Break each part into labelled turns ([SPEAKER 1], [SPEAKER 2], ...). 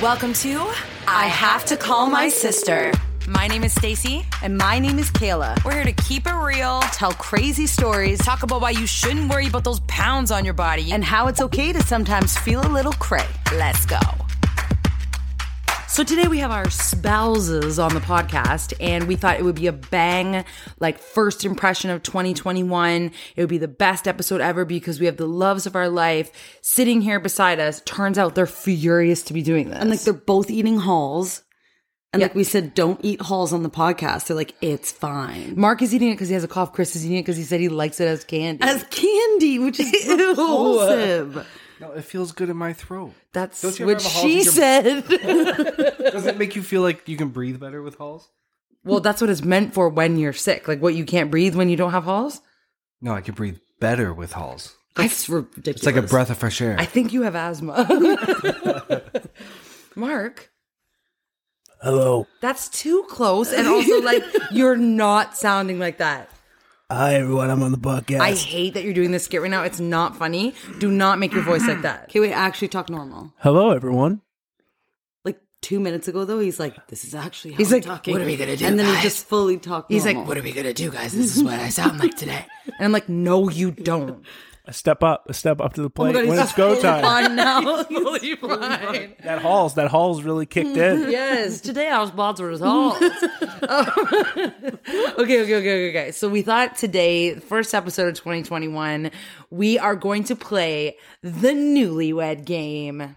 [SPEAKER 1] Welcome to I Have to Call My Sister.
[SPEAKER 2] My name is Stacy.
[SPEAKER 1] And my name is Kayla.
[SPEAKER 2] We're here to keep it real,
[SPEAKER 1] Tell crazy stories
[SPEAKER 2] talk about why you shouldn't worry about those pounds on your body.
[SPEAKER 1] and how it's okay to sometimes feel a little cray.
[SPEAKER 2] let's go.
[SPEAKER 1] So today we have our spouses on the podcast, and we thought it would be a bang, like first impression of 2021. It would be the best episode ever because we have the loves of our life sitting here beside us. Turns out they're furious to be doing this.
[SPEAKER 3] And like they're both eating halls. And like we said, don't eat halls on the podcast. They're like, it's fine.
[SPEAKER 1] Mark is eating it because he has a cough. Chris is eating it because he said he likes it as candy.
[SPEAKER 3] As candy, which is repulsive.
[SPEAKER 4] No, it feels good in my throat.
[SPEAKER 1] That's
[SPEAKER 4] Don't you ever
[SPEAKER 1] what
[SPEAKER 4] have a
[SPEAKER 1] she
[SPEAKER 4] Halls
[SPEAKER 1] said.
[SPEAKER 4] Does it make you feel like you can breathe better with halls?
[SPEAKER 1] Well, that's what it's meant for when you're sick. Like what you can't breathe when you don't have halls.
[SPEAKER 4] No, I can breathe better with halls.
[SPEAKER 3] That's ridiculous.
[SPEAKER 4] It's like a breath of fresh air.
[SPEAKER 1] I think you have asthma. Mark,
[SPEAKER 5] Hello,
[SPEAKER 1] that's too close. And also, like, you're not sounding like that.
[SPEAKER 5] hi everyone. I'm on the podcast.
[SPEAKER 1] I hate that you're doing this skit right now. It's not funny. Do not make your voice like that.
[SPEAKER 3] Okay, wait, actually talk normal.
[SPEAKER 5] Hello, everyone.
[SPEAKER 3] Like two minutes ago though, he's like, This is actually how
[SPEAKER 1] He's
[SPEAKER 3] I'm
[SPEAKER 1] like,
[SPEAKER 3] talking.
[SPEAKER 1] "What are we gonna do,
[SPEAKER 3] And then
[SPEAKER 1] guys?"
[SPEAKER 3] he just fully talked
[SPEAKER 1] He's like,
[SPEAKER 3] normal.
[SPEAKER 1] "What
[SPEAKER 3] are we
[SPEAKER 1] And I'm like, no, you don't.
[SPEAKER 5] A step up, a step up to the plate
[SPEAKER 3] God,
[SPEAKER 5] when
[SPEAKER 3] he's
[SPEAKER 5] it's go time.
[SPEAKER 3] fine now?
[SPEAKER 5] That halls, that halls really kicked in.
[SPEAKER 1] Yes, today I was sponsored with halls. okay, okay, okay, okay, okay. So we thought today, first episode of 2021, we are going to play the newlywed game.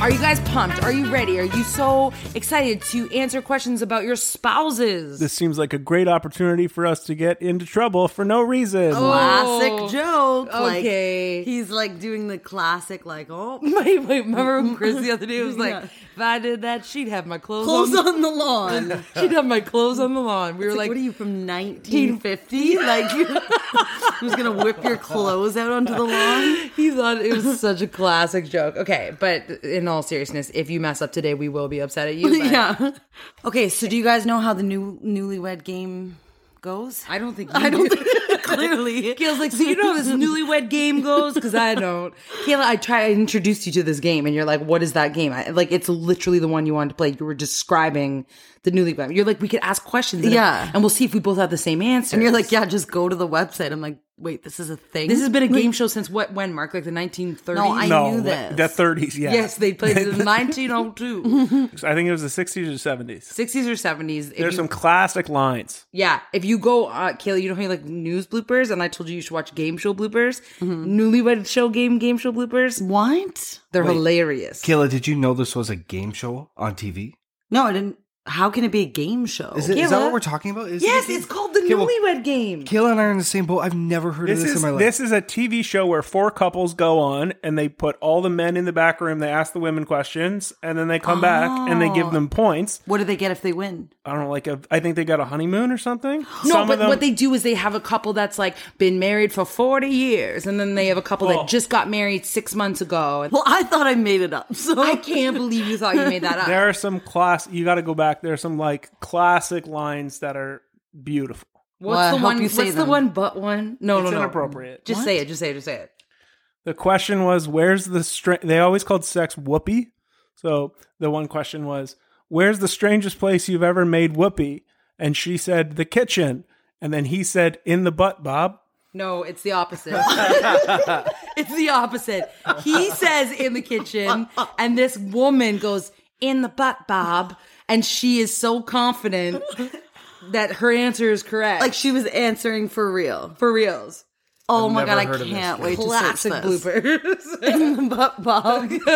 [SPEAKER 1] Are you guys pumped? Are you ready? Are you so excited to answer questions about your spouses?
[SPEAKER 5] This seems like a great opportunity for us to get into trouble for no reason.
[SPEAKER 3] Oh, Classic joke. like,
[SPEAKER 1] Oh, okay.
[SPEAKER 3] he's like doing the classic, like, oh
[SPEAKER 1] Wait, wait, remember when Chris the other day was like, if I did that, she'd have my clothes,
[SPEAKER 3] clothes
[SPEAKER 1] on.
[SPEAKER 3] on the lawn. It's
[SPEAKER 1] She'd have my clothes on the lawn. We were
[SPEAKER 3] like,
[SPEAKER 1] like,
[SPEAKER 3] what are you from 1950? Like, I'm just gonna whip your clothes out onto the lawn.
[SPEAKER 1] He thought it was such a classic joke. Okay, but in all seriousness, if you mess up today, we will be upset at you. but
[SPEAKER 3] yeah. Okay, so do you guys know how the new newlywed game goes?
[SPEAKER 1] I don't think you I don't
[SPEAKER 3] Clearly.
[SPEAKER 1] Kayla's like, so you know how this newlywed game goes? Because I don't. Kayla, I try. I introduced you to this game, and you're like, "What is that game?" I, like, it's literally the one you wanted to play. You were describing the newlywed. You're like, we could ask questions, and-
[SPEAKER 3] Yeah.
[SPEAKER 1] and we'll see if we both have the same answer.
[SPEAKER 3] And you're like, yeah, just go to the website. I'm like, wait, this is a thing.
[SPEAKER 1] This has been a game show since what? When Mark? Like the 1930s?
[SPEAKER 3] No, I
[SPEAKER 5] no,
[SPEAKER 3] knew
[SPEAKER 5] like,
[SPEAKER 3] this.
[SPEAKER 5] the 30s, yeah.
[SPEAKER 1] yes, they played it in 1902,
[SPEAKER 5] I think it was the 60s or 70s.
[SPEAKER 1] 60s or 70s. If
[SPEAKER 5] There's
[SPEAKER 1] you-
[SPEAKER 5] some classic lines.
[SPEAKER 1] Yeah, if you go, uh, Kayla, you know how you like news bloopers, and I told you you should watch game show bloopers,
[SPEAKER 5] Mm-hmm.
[SPEAKER 1] newlywed show game game show bloopers.
[SPEAKER 3] what?
[SPEAKER 1] They're
[SPEAKER 4] Wait.
[SPEAKER 1] hilarious.
[SPEAKER 4] Kayla, did you know this was a game show on TV?
[SPEAKER 3] No, I didn't. How can it be a game show?
[SPEAKER 4] Is, it, is that
[SPEAKER 1] Kayla?
[SPEAKER 4] what we're talking about? Is it a
[SPEAKER 1] yes,
[SPEAKER 4] game-
[SPEAKER 1] it's called the
[SPEAKER 4] Okay, well,
[SPEAKER 1] newlywed game.
[SPEAKER 4] Kayla and I are in the same boat. I've never heard
[SPEAKER 5] This
[SPEAKER 4] of this
[SPEAKER 5] is
[SPEAKER 4] in my life.
[SPEAKER 5] this is a TV show where four couples go on and they put all the men in the back room, they ask the women questions, and then they come back and they give them points.
[SPEAKER 3] what do they get if they win?
[SPEAKER 5] I don't know, like a, I think they got a honeymoon or something.
[SPEAKER 1] no, but what they do is they have a couple that's like been married for 40 years, and then they have a couple
[SPEAKER 5] Oh.
[SPEAKER 1] that just got married six months ago. And
[SPEAKER 3] Well, I thought I made it up. So
[SPEAKER 1] I can't believe you thought you made that up.
[SPEAKER 5] there are some class. You got to go back. There are some like classic lines that are beautiful.
[SPEAKER 1] what's
[SPEAKER 3] Well, I
[SPEAKER 1] the
[SPEAKER 3] hope
[SPEAKER 1] one?
[SPEAKER 3] you
[SPEAKER 1] What's
[SPEAKER 3] say
[SPEAKER 1] the
[SPEAKER 3] them.
[SPEAKER 1] one but one? No, no,
[SPEAKER 5] It's
[SPEAKER 1] no.
[SPEAKER 5] inappropriate.
[SPEAKER 1] Just say it. Just say it. Just say it.
[SPEAKER 5] The question was, "Where's the strange?" They always called sex whoopee. So the one question was, "Where's the strangest place you've ever made whoopee?" And she said, "The kitchen." And then he said, "In the butt, Bob."
[SPEAKER 1] No, it's the opposite. It's the opposite. He says in the kitchen, and this woman goes, in the butt, Bob. And she is so confident that her answer is correct.
[SPEAKER 3] Like she was answering for real.
[SPEAKER 1] for reals.
[SPEAKER 3] Oh my
[SPEAKER 4] never
[SPEAKER 3] god, I
[SPEAKER 4] heard of this
[SPEAKER 3] can't
[SPEAKER 4] thing.
[SPEAKER 3] wait
[SPEAKER 1] Classic
[SPEAKER 3] to search this.
[SPEAKER 1] bloopers.
[SPEAKER 3] In the butt, Bob. That's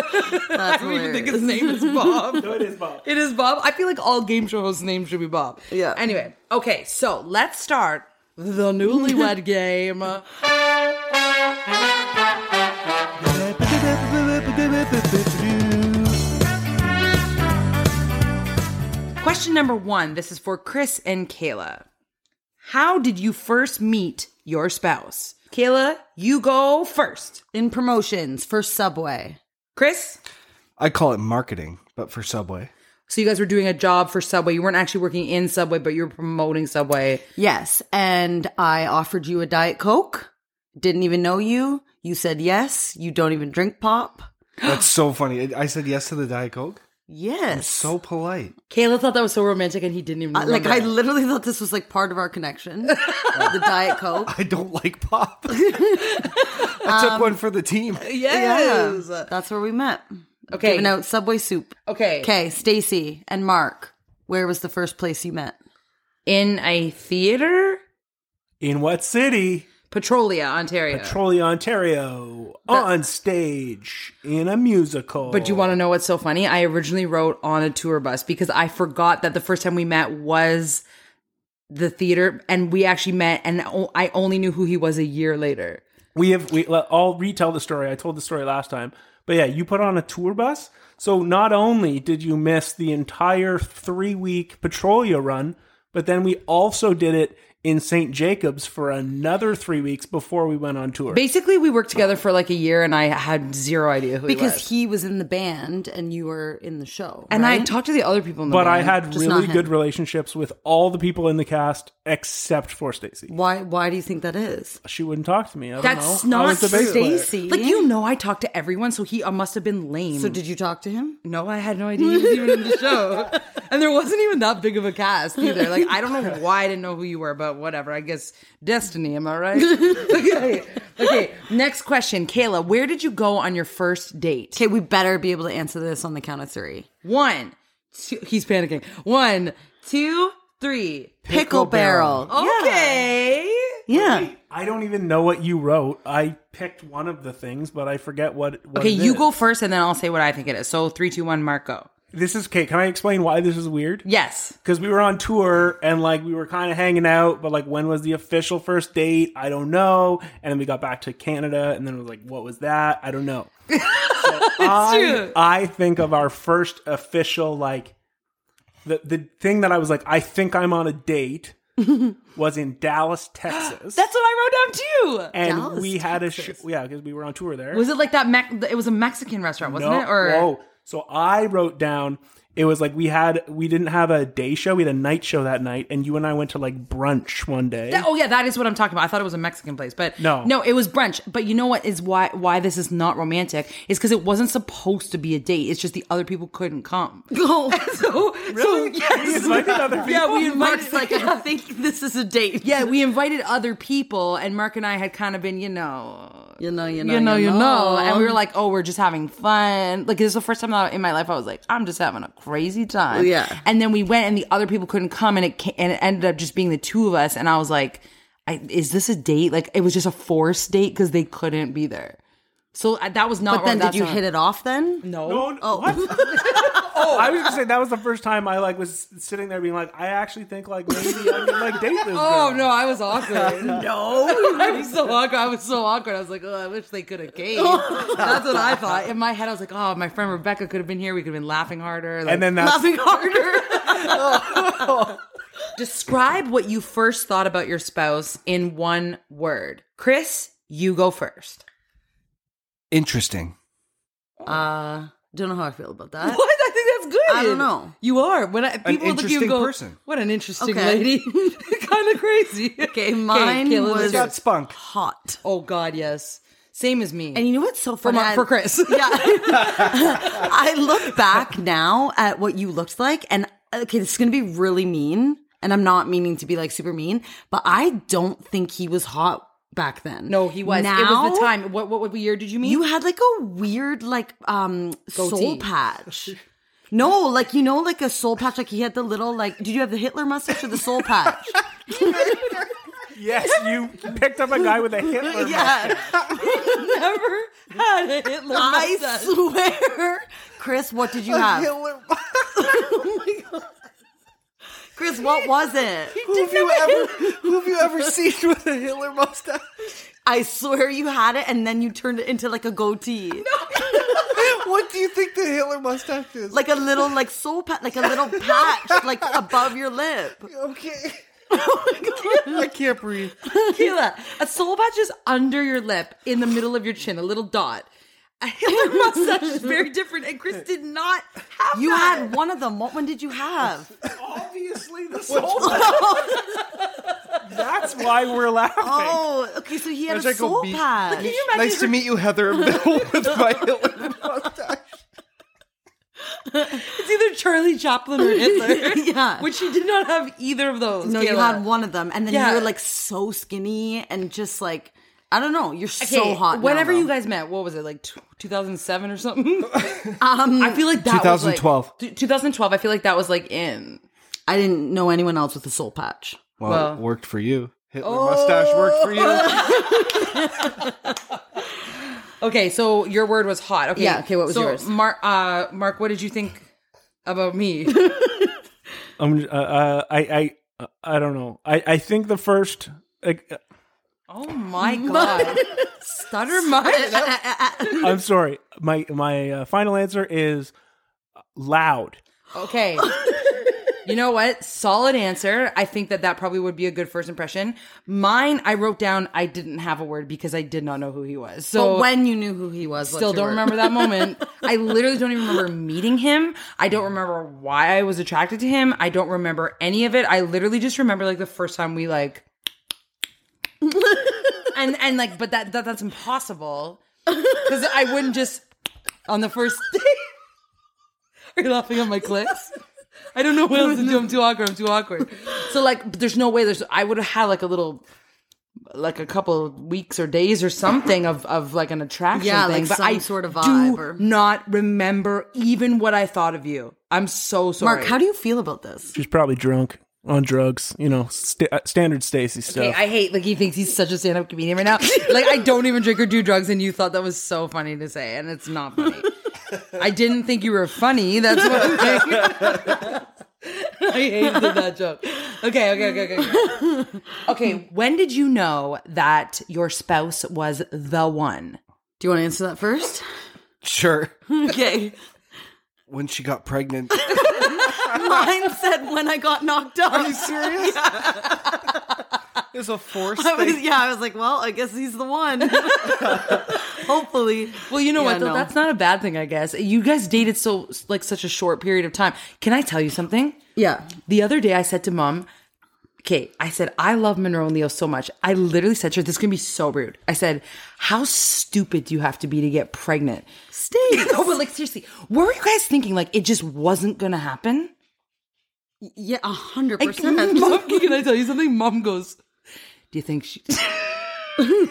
[SPEAKER 1] I don't even think
[SPEAKER 3] hilarious.
[SPEAKER 1] his name is Bob.
[SPEAKER 5] it is Bob.
[SPEAKER 1] It is Bob. I feel like all game show hosts' names should be Bob.
[SPEAKER 3] Yeah.
[SPEAKER 1] Anyway, okay, so let's start the newlywed game. Question number one. This is for Chris and Kayla. How did you first meet your spouse? Kayla, you go first.
[SPEAKER 3] In promotions for Subway.
[SPEAKER 1] Chris,
[SPEAKER 4] I call it marketing, but for Subway.
[SPEAKER 1] so you guys were doing a job for Subway. You weren't actually working in Subway, but you were promoting Subway.
[SPEAKER 3] Yes, and I offered you a Diet Coke. Didn't even know you. You said yes. You don't even drink pop.
[SPEAKER 4] That's so funny. I I said yes to the Diet Coke.
[SPEAKER 3] Yes.
[SPEAKER 4] So polite.
[SPEAKER 1] Kayla thought that was so romantic, and he didn't even
[SPEAKER 3] I- like I
[SPEAKER 1] remember.
[SPEAKER 3] literally thought this was like part of our connection. the Diet Coke.
[SPEAKER 4] I don't like pop. I
[SPEAKER 1] Um,
[SPEAKER 4] took one for the team.
[SPEAKER 1] yes.
[SPEAKER 3] That's where we met.
[SPEAKER 1] Okay.
[SPEAKER 3] Giving out Subway soup.
[SPEAKER 1] Okay.
[SPEAKER 3] Okay, Stacy and Mark. Where was the first place you met?
[SPEAKER 1] In a theater,
[SPEAKER 5] In what city?
[SPEAKER 1] Petrolia, Ontario.
[SPEAKER 5] Trolley, Ontario. on stage in a musical.
[SPEAKER 1] but do you want to know what's so funny? I originally wrote on a tour bus because I forgot that the first time we met was the theater, and we actually met, and o- I only knew who he was a year later.
[SPEAKER 5] We have we let, I'll retell the story. I told the story last time. But yeah, you put on a tour bus. So not only did you miss the entire 3-week Petrolia run, but then we also did it in St. Jacobs for another 3 weeks before we went on tour.
[SPEAKER 1] Basically, we worked together for like a year, and I had zero idea who he was.
[SPEAKER 3] Because he was in the band and you were in the show.
[SPEAKER 1] and I
[SPEAKER 3] right?
[SPEAKER 1] talked to the other people in the
[SPEAKER 5] but I
[SPEAKER 1] band.
[SPEAKER 5] had
[SPEAKER 3] just
[SPEAKER 5] really
[SPEAKER 3] not
[SPEAKER 5] good
[SPEAKER 3] him.
[SPEAKER 5] relationships with all the people in the cast except for Stacy.
[SPEAKER 3] why why do you think that is?
[SPEAKER 5] She wouldn't talk to me. I don't
[SPEAKER 1] That's
[SPEAKER 5] know. I
[SPEAKER 1] not
[SPEAKER 5] was the bass player.
[SPEAKER 3] Stacy.
[SPEAKER 1] Like you know, I talked to everyone, so he uh, must have been lame.
[SPEAKER 3] So did you talk to him?
[SPEAKER 1] No, I had no idea he was even in the show. And there wasn't even that big of a cast either. Like, I don't know why I didn't know who you were, but whatever. I guess destiny, am I right? okay. okay. Next question. Kayla, where did you go on your first date?
[SPEAKER 3] Okay, we better be able to answer this on the count of three.
[SPEAKER 1] One, two, he's panicking. One, two, three.
[SPEAKER 3] Pickle, barrel. Oh,
[SPEAKER 1] Okay.
[SPEAKER 3] Yeah.
[SPEAKER 5] I don't even know what you wrote. I picked one of the things, but I forget what. what
[SPEAKER 1] Okay,
[SPEAKER 5] it
[SPEAKER 1] you
[SPEAKER 5] is.
[SPEAKER 1] go first and then I'll say what I think it is. So three, two, one, Marco.
[SPEAKER 5] This is okay. Can I explain why this is weird?
[SPEAKER 1] Yes.
[SPEAKER 5] Because we were on tour and like we were kind of hanging out, but like when was the official first date? I don't know. And then we got back to Canada, and then it was like, what was that? I don't know. So I, I think of our first official like the the thing that I was like, I think I'm on a date was in Dallas, Texas.
[SPEAKER 1] That's what I wrote down too.
[SPEAKER 5] and
[SPEAKER 3] Dallas,
[SPEAKER 5] we had a sh- yeah because we were on tour there.
[SPEAKER 1] Was it like that? Mex- it was a Mexican restaurant, wasn't it? Or
[SPEAKER 5] whoa. So I wrote down it was like we had we didn't have a day show, we had a night show that night, and you and I went to like brunch one day.
[SPEAKER 1] That- oh yeah, that is what I'm talking about. I thought it was a Mexican place, but
[SPEAKER 5] No.
[SPEAKER 1] no, it was brunch. But you know what is why why this is not romantic is because it wasn't supposed to be a date. It's just the other people couldn't come. so so
[SPEAKER 5] We
[SPEAKER 1] yes,
[SPEAKER 5] invited other
[SPEAKER 1] yeah,
[SPEAKER 5] people?
[SPEAKER 1] we
[SPEAKER 3] Mark's
[SPEAKER 1] invited
[SPEAKER 3] like, I think this is a date.
[SPEAKER 1] yeah we invited other people, and Mark and I had kind of been you know
[SPEAKER 3] You know, you know,
[SPEAKER 1] you know you know, and we were like oh we're just having fun. Like this is the first time that in my life I was like I'm just having a crazy time.
[SPEAKER 3] Yeah.
[SPEAKER 1] and then we went, and the other people couldn't come, and it ca- and it ended up just being the two of us, and I was like. I, is this a date? Like it was just a forced date because they couldn't be there. So I, that was Oh, not.
[SPEAKER 3] But then did you hit it off then?
[SPEAKER 1] No. Oh.
[SPEAKER 5] No, what? oh, I was gonna say that was the first time I like was sitting there being like, I actually think like maybe I can like date this.
[SPEAKER 1] Oh
[SPEAKER 5] girl.
[SPEAKER 1] no, I was awkward. no, I was so awkward. I was so awkward. I was like, oh, I wish they could have came. That's what I thought. In my head, I was like, oh, my friend Rebecca could have been here. We could have been laughing harder. Like,
[SPEAKER 5] And then that's
[SPEAKER 3] Laughing harder.
[SPEAKER 1] describe what you first thought about your spouse in one word. Chris, you go first.
[SPEAKER 4] Interesting.
[SPEAKER 3] uh, don't know how I feel about that.
[SPEAKER 1] What? I think that's good.
[SPEAKER 3] I don't know.
[SPEAKER 1] You are. When I, people look at you and
[SPEAKER 4] interesting
[SPEAKER 1] go,
[SPEAKER 4] person.
[SPEAKER 1] what an interesting
[SPEAKER 3] Okay.
[SPEAKER 1] lady. kind of crazy.
[SPEAKER 3] Okay, mine
[SPEAKER 1] Kayla,
[SPEAKER 3] was-
[SPEAKER 1] let's
[SPEAKER 4] It's
[SPEAKER 1] hear
[SPEAKER 4] got
[SPEAKER 1] it.
[SPEAKER 4] spunk.
[SPEAKER 3] Hot.
[SPEAKER 1] Oh God, yes. Same as me.
[SPEAKER 3] And you know what's so
[SPEAKER 1] for
[SPEAKER 3] funny?
[SPEAKER 1] Mar-
[SPEAKER 3] I-
[SPEAKER 1] for Chris.
[SPEAKER 3] Yeah. I look back now at what you looked like, and okay, this is going to be really mean, and I'm not meaning to be like super mean, but I don't think he was hot back then.
[SPEAKER 1] No, he was. it
[SPEAKER 3] Now,
[SPEAKER 1] was the time. What what what year did you meet?
[SPEAKER 3] You had like a weird like um soul
[SPEAKER 1] Goatee.
[SPEAKER 3] patch. No, like you know, like a soul patch. Like he had the little like. Did you have the Hitler mustache or the soul patch?
[SPEAKER 5] Yes, you picked up a guy with a Hitler.
[SPEAKER 3] yeah,
[SPEAKER 1] never had a Hitler
[SPEAKER 3] I swear, Chris. What did you have? Chris, what was it?
[SPEAKER 4] Who have you ever who have you ever seen with a Hitler mustache?
[SPEAKER 3] I swear you had it, and then you turned it into like a goatee,
[SPEAKER 4] What do you think the Hitler mustache is?
[SPEAKER 3] like a little like soul patch, like a little patch, like above your lip.
[SPEAKER 4] okay. Oh I can't breathe.
[SPEAKER 1] Kayla, a soul patch is under your lip, in the middle of your chin, a little dot. A Hitler mustache is very different, and Chris did not have
[SPEAKER 3] You
[SPEAKER 1] that.
[SPEAKER 3] had one of them. What one did you have?
[SPEAKER 5] Obviously, the soul. That's why we're laughing.
[SPEAKER 3] Oh, okay. So he had
[SPEAKER 4] Where's
[SPEAKER 3] a
[SPEAKER 4] that go
[SPEAKER 3] soul
[SPEAKER 4] beat?
[SPEAKER 3] patch.
[SPEAKER 4] Nice to meet you, Heather and Bill, with my Hitler mustache.
[SPEAKER 1] It's either Charlie Chaplin or Hitler.
[SPEAKER 3] Yeah.
[SPEAKER 1] Which she did not have either of those.
[SPEAKER 3] No, you
[SPEAKER 1] Kayla.
[SPEAKER 3] had one of them, and then
[SPEAKER 1] Yeah.
[SPEAKER 3] you were like so skinny and just like I don't know. You're
[SPEAKER 1] Okay,
[SPEAKER 3] so hot. now,
[SPEAKER 1] Whenever
[SPEAKER 3] though.
[SPEAKER 1] you guys met, what was it like? tw- 2007 or something? I feel like that was
[SPEAKER 4] 2012.
[SPEAKER 1] like, Th- 2012. I feel like that was like in.
[SPEAKER 3] I didn't know anyone else with a soul patch.
[SPEAKER 4] Well, Oh.
[SPEAKER 1] Well.
[SPEAKER 4] it worked for you. Hitler mustache worked for you.
[SPEAKER 1] Okay, so your word was hot. Okay,
[SPEAKER 3] Yeah, okay, what was
[SPEAKER 1] so
[SPEAKER 3] yours?
[SPEAKER 1] Mark, uh, Mark, what did you think about me?
[SPEAKER 5] I'm. Uh, uh, I. I. I don't know. I. I think the first. Like,
[SPEAKER 1] oh my god, stutter much?
[SPEAKER 5] I'm sorry. My my uh, final answer is loud.
[SPEAKER 1] Okay. You know what? Solid answer. I think that that probably would be a good first impression. Mine, I wrote down I didn't have a word because I did not know who he was. So
[SPEAKER 3] but when you knew who he was, what's
[SPEAKER 1] still
[SPEAKER 3] your
[SPEAKER 1] don't
[SPEAKER 3] word?
[SPEAKER 1] remember that moment. I literally don't even remember meeting him. I don't remember why I was attracted to him. I don't remember any of it. I literally just remember like the first time we like and and like but that, that that's impossible cuz I wouldn't just on the first Are you laughing at my clicks? I don't know what else to do. I'm too awkward. I'm too awkward. So like, but there's no way. There's I would have had like a little, like a couple of weeks or days or something of of like an attraction.
[SPEAKER 3] Yeah,
[SPEAKER 1] thing,
[SPEAKER 3] like
[SPEAKER 1] but
[SPEAKER 3] some
[SPEAKER 1] I
[SPEAKER 3] sort of
[SPEAKER 1] do
[SPEAKER 3] vibe or-
[SPEAKER 1] not remember even what I thought of you. I'm so sorry,
[SPEAKER 3] Mark, how do you feel about this?
[SPEAKER 5] She's probably drunk on drugs. You know, st- uh, standard Stacy
[SPEAKER 1] Okay,
[SPEAKER 5] stuff.
[SPEAKER 1] I hate like he thinks he's such a stand up comedian right now. like I don't even drink or do drugs, and you thought that was so funny to say, and it's not funny. I didn't think you were funny. That's what I'm saying. I hated that joke. Okay, okay, okay, okay. Okay. okay, when did you know that your spouse was the one?
[SPEAKER 3] Do you want to answer that first?
[SPEAKER 4] Sure.
[SPEAKER 3] Okay.
[SPEAKER 4] When she got pregnant.
[SPEAKER 3] Mine said when I got knocked up.
[SPEAKER 4] Are you serious? It's a force
[SPEAKER 3] I was,
[SPEAKER 4] thing.
[SPEAKER 3] yeah, I was like, well, I guess he's the one. Hopefully.
[SPEAKER 1] Well, you know
[SPEAKER 3] Yeah,
[SPEAKER 1] what? Though?
[SPEAKER 3] no.
[SPEAKER 1] That's not a bad thing, I guess. You guys dated so like such a short period of time. Can I tell you something?
[SPEAKER 3] Yeah.
[SPEAKER 1] The other day, I said to mom, okay, I said, I love Monroe and Leo so much. I literally said to her, this is going to be so rude. I said, how stupid do you have to be to get pregnant? Stay. oh, but like, seriously, what were you guys thinking? Like, it just wasn't going to happen?
[SPEAKER 3] Yeah, a hundred
[SPEAKER 1] Like,
[SPEAKER 3] percent.
[SPEAKER 1] mom, can I tell you something? Mom goes, do you think she... Do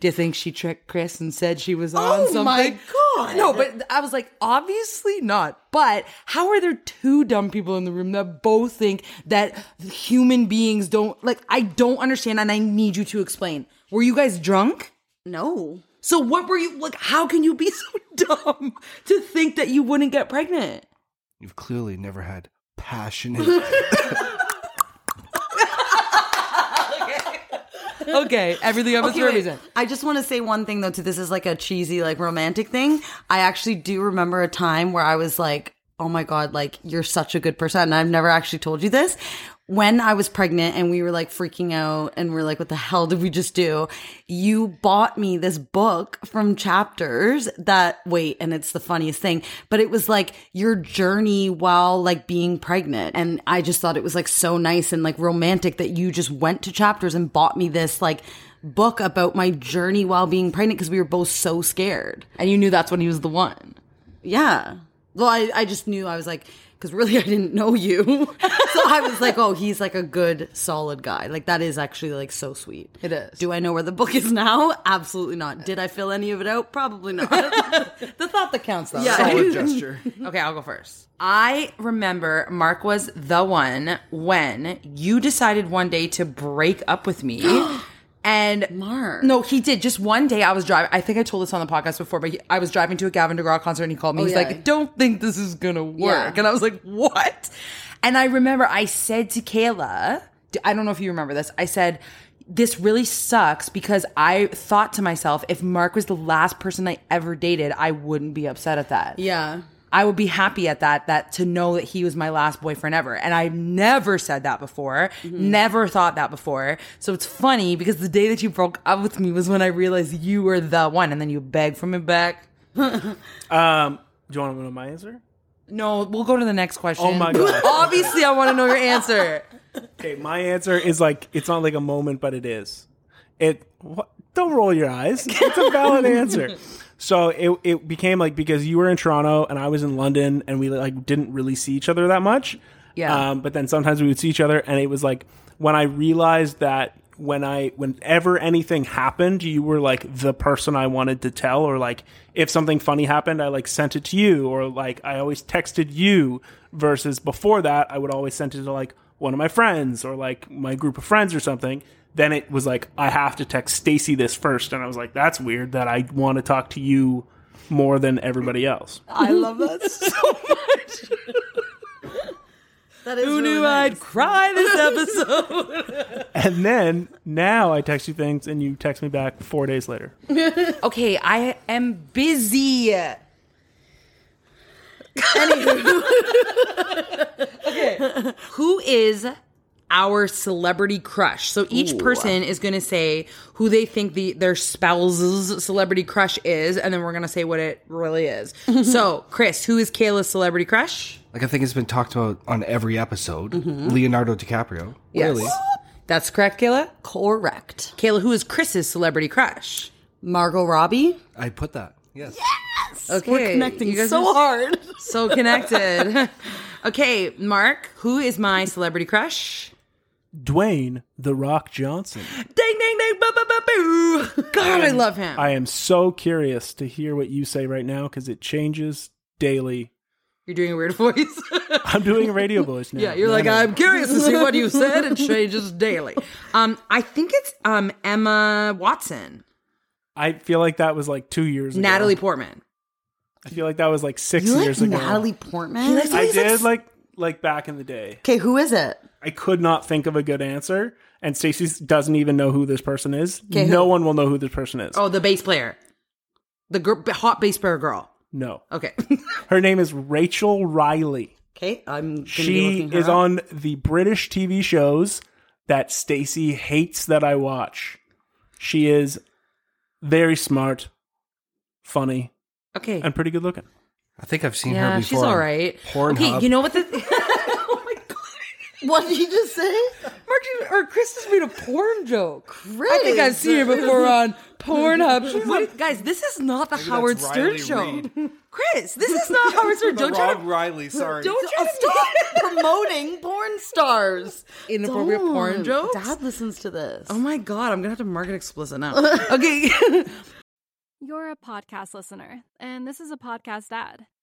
[SPEAKER 1] you think she tricked Chris and said she was on something?
[SPEAKER 3] Oh my God.
[SPEAKER 1] No, but I was like, obviously not. But how are there two dumb people in the room that both think that human beings don't like? I don't understand, and I need you to explain. Were you guys drunk?
[SPEAKER 3] No.
[SPEAKER 1] So what were you like? How can you be so dumb to think that you wouldn't get pregnant?
[SPEAKER 4] You've clearly never had passionate.
[SPEAKER 1] Okay, everything happens
[SPEAKER 3] Okay,
[SPEAKER 1] for a
[SPEAKER 3] wait.
[SPEAKER 1] reason.
[SPEAKER 3] I just want to say one thing though. To this is like a cheesy, like romantic thing. I actually do remember a time where I was like, "Oh my god, like you're such a good person." And I've never actually told you this. When I was pregnant and we were like freaking out and we're like, "What the hell did we just do?" You bought me this book from Chapters that wait, and it's the funniest thing. But it was like your journey while like being pregnant, and I just thought it was like so nice and like romantic that you just went to Chapters and bought me this like book about my journey while being pregnant because we were both so scared.
[SPEAKER 1] And you knew that's when he was the one.
[SPEAKER 3] Yeah. Well, I, I just knew I was like, because really I didn't know you. so I was like, oh, he's like a good, solid guy. Like that is actually like so sweet.
[SPEAKER 1] It is.
[SPEAKER 3] Do I know where the book is now? Absolutely not. Did I fill any of it out? Probably not. the thought that counts though.
[SPEAKER 4] Solid gesture.
[SPEAKER 1] Mm-hmm. Okay, I'll go first. I remember Mark was the one when you decided one day to break up with me. And
[SPEAKER 3] Mark.
[SPEAKER 1] no, he did. Just one day, I was driving. I think I told this on the podcast before, but he, I was driving to a Gavin DeGraw concert, and he called me.
[SPEAKER 3] Oh,
[SPEAKER 1] He's
[SPEAKER 3] yeah.
[SPEAKER 1] like, "Don't think this is gonna work,"
[SPEAKER 3] Yeah.
[SPEAKER 1] and I was like, "What?" And I remember I said to Kayla, d- "I don't know if you remember this." I said. This really sucks because I thought to myself, if Mark was the last person I ever dated, I wouldn't be upset at that.
[SPEAKER 3] Yeah.
[SPEAKER 1] I would be happy at that, that to know that he was my last boyfriend ever. And I never said that before, never thought that before. So it's funny because the day that you broke up with me was when I realized you were the one and then you begged for me back.
[SPEAKER 5] Um, do you want to know my answer?
[SPEAKER 1] No, we'll go to the next question.
[SPEAKER 5] Oh my God.
[SPEAKER 1] Obviously, I want to know your answer.
[SPEAKER 5] Okay, my answer is like it's not like a moment, but it is. It what, don't roll your eyes. It's a valid answer. So it it became like because you were in Toronto and I was in London and we like didn't really see each other that much.
[SPEAKER 1] Yeah.
[SPEAKER 5] Um, but then sometimes we would see each other and it was like when I realized that when I whenever anything happened, you were like the person I wanted to tell or like if something funny happened, I like sent it to you or like I always texted you versus before that I would always send it to like one of my friends or like my group of friends or something. Then it was like I have to text Stacy this first and I was like that's weird that I want to talk to you more than everybody else.
[SPEAKER 3] I love that so much. that is
[SPEAKER 1] Who knew I'd cry this episode?
[SPEAKER 5] And then now I text you things and you text me back 4 days later.
[SPEAKER 1] okay, I am busy. who is our celebrity crush? So each person is going to say who they think the their spouse's celebrity crush is, and then we're going to say what it really is. so, Chris, who is Kayla's celebrity crush?
[SPEAKER 4] Like I think it's been talked about on every episode. Leonardo DiCaprio. Really?
[SPEAKER 1] That's correct, Kayla.
[SPEAKER 3] correct.
[SPEAKER 1] Kayla, who is Chris's celebrity crush?
[SPEAKER 3] Margot Robbie.
[SPEAKER 4] I put that. Yes.
[SPEAKER 1] Okay,
[SPEAKER 3] We're connecting
[SPEAKER 1] you guys
[SPEAKER 3] so
[SPEAKER 1] are
[SPEAKER 3] hard.
[SPEAKER 1] so connected. okay, Mark, who is my celebrity crush?
[SPEAKER 5] Dwayne The Rock Johnson.
[SPEAKER 1] Ding ding ding, ba ba ba boo. God, I love him.
[SPEAKER 5] I am so curious to hear what you say right now because it changes daily.
[SPEAKER 1] You're doing a weird voice.
[SPEAKER 5] I'm doing radio voice now.
[SPEAKER 1] Yeah, you're like, uh, I'm curious to see what you said. It changes daily. Um, I think it's um Emma Watson,
[SPEAKER 5] I feel like that was like two years ago.
[SPEAKER 1] Natalie Portman.
[SPEAKER 5] I feel like that was like six
[SPEAKER 3] You
[SPEAKER 5] years
[SPEAKER 3] like
[SPEAKER 5] ago.
[SPEAKER 3] Natalie Portman?
[SPEAKER 5] I did like like back in the day.
[SPEAKER 3] okay, who is it?
[SPEAKER 5] I could not think of a good answer, and Stacey doesn't even know who this person is.
[SPEAKER 3] Okay, who-
[SPEAKER 5] no one will know who this person is.
[SPEAKER 1] Oh, the bass player, the gir- hot bass player girl.
[SPEAKER 5] No,
[SPEAKER 1] Okay,
[SPEAKER 5] her name is Rachel Riley.
[SPEAKER 3] Okay, I'm. Gonna be
[SPEAKER 5] She
[SPEAKER 3] looking her
[SPEAKER 5] is
[SPEAKER 3] up.
[SPEAKER 5] on the British TV shows that Stacey hates that I watch. She is very smart, funny,
[SPEAKER 1] okay.
[SPEAKER 5] and pretty good looking.
[SPEAKER 4] I think I've seen her
[SPEAKER 1] yeah,
[SPEAKER 4] before.
[SPEAKER 1] she's all right.
[SPEAKER 4] Pornhub.
[SPEAKER 1] okay, you know what? The- oh my god,
[SPEAKER 3] What did you just say?
[SPEAKER 1] Mark just- or Chris just made a porn joke.
[SPEAKER 3] Chris.
[SPEAKER 1] I think I've seen her before on Pornhub. What, guys, this is not the Howard
[SPEAKER 4] that's
[SPEAKER 1] Stern
[SPEAKER 4] Riley
[SPEAKER 1] show.
[SPEAKER 4] Reid.
[SPEAKER 1] Chris, this is not Howard Stern. Don't try to
[SPEAKER 4] Riley, sorry.
[SPEAKER 1] Don't try to
[SPEAKER 3] Stop promoting porn stars.
[SPEAKER 1] Inappropriate porn
[SPEAKER 3] Don't.
[SPEAKER 1] jokes?
[SPEAKER 3] Dad listens to this.
[SPEAKER 1] Oh my god, I'm gonna have to mark it explicit now. okay.
[SPEAKER 6] You're a podcast listener, and this is a podcast ad.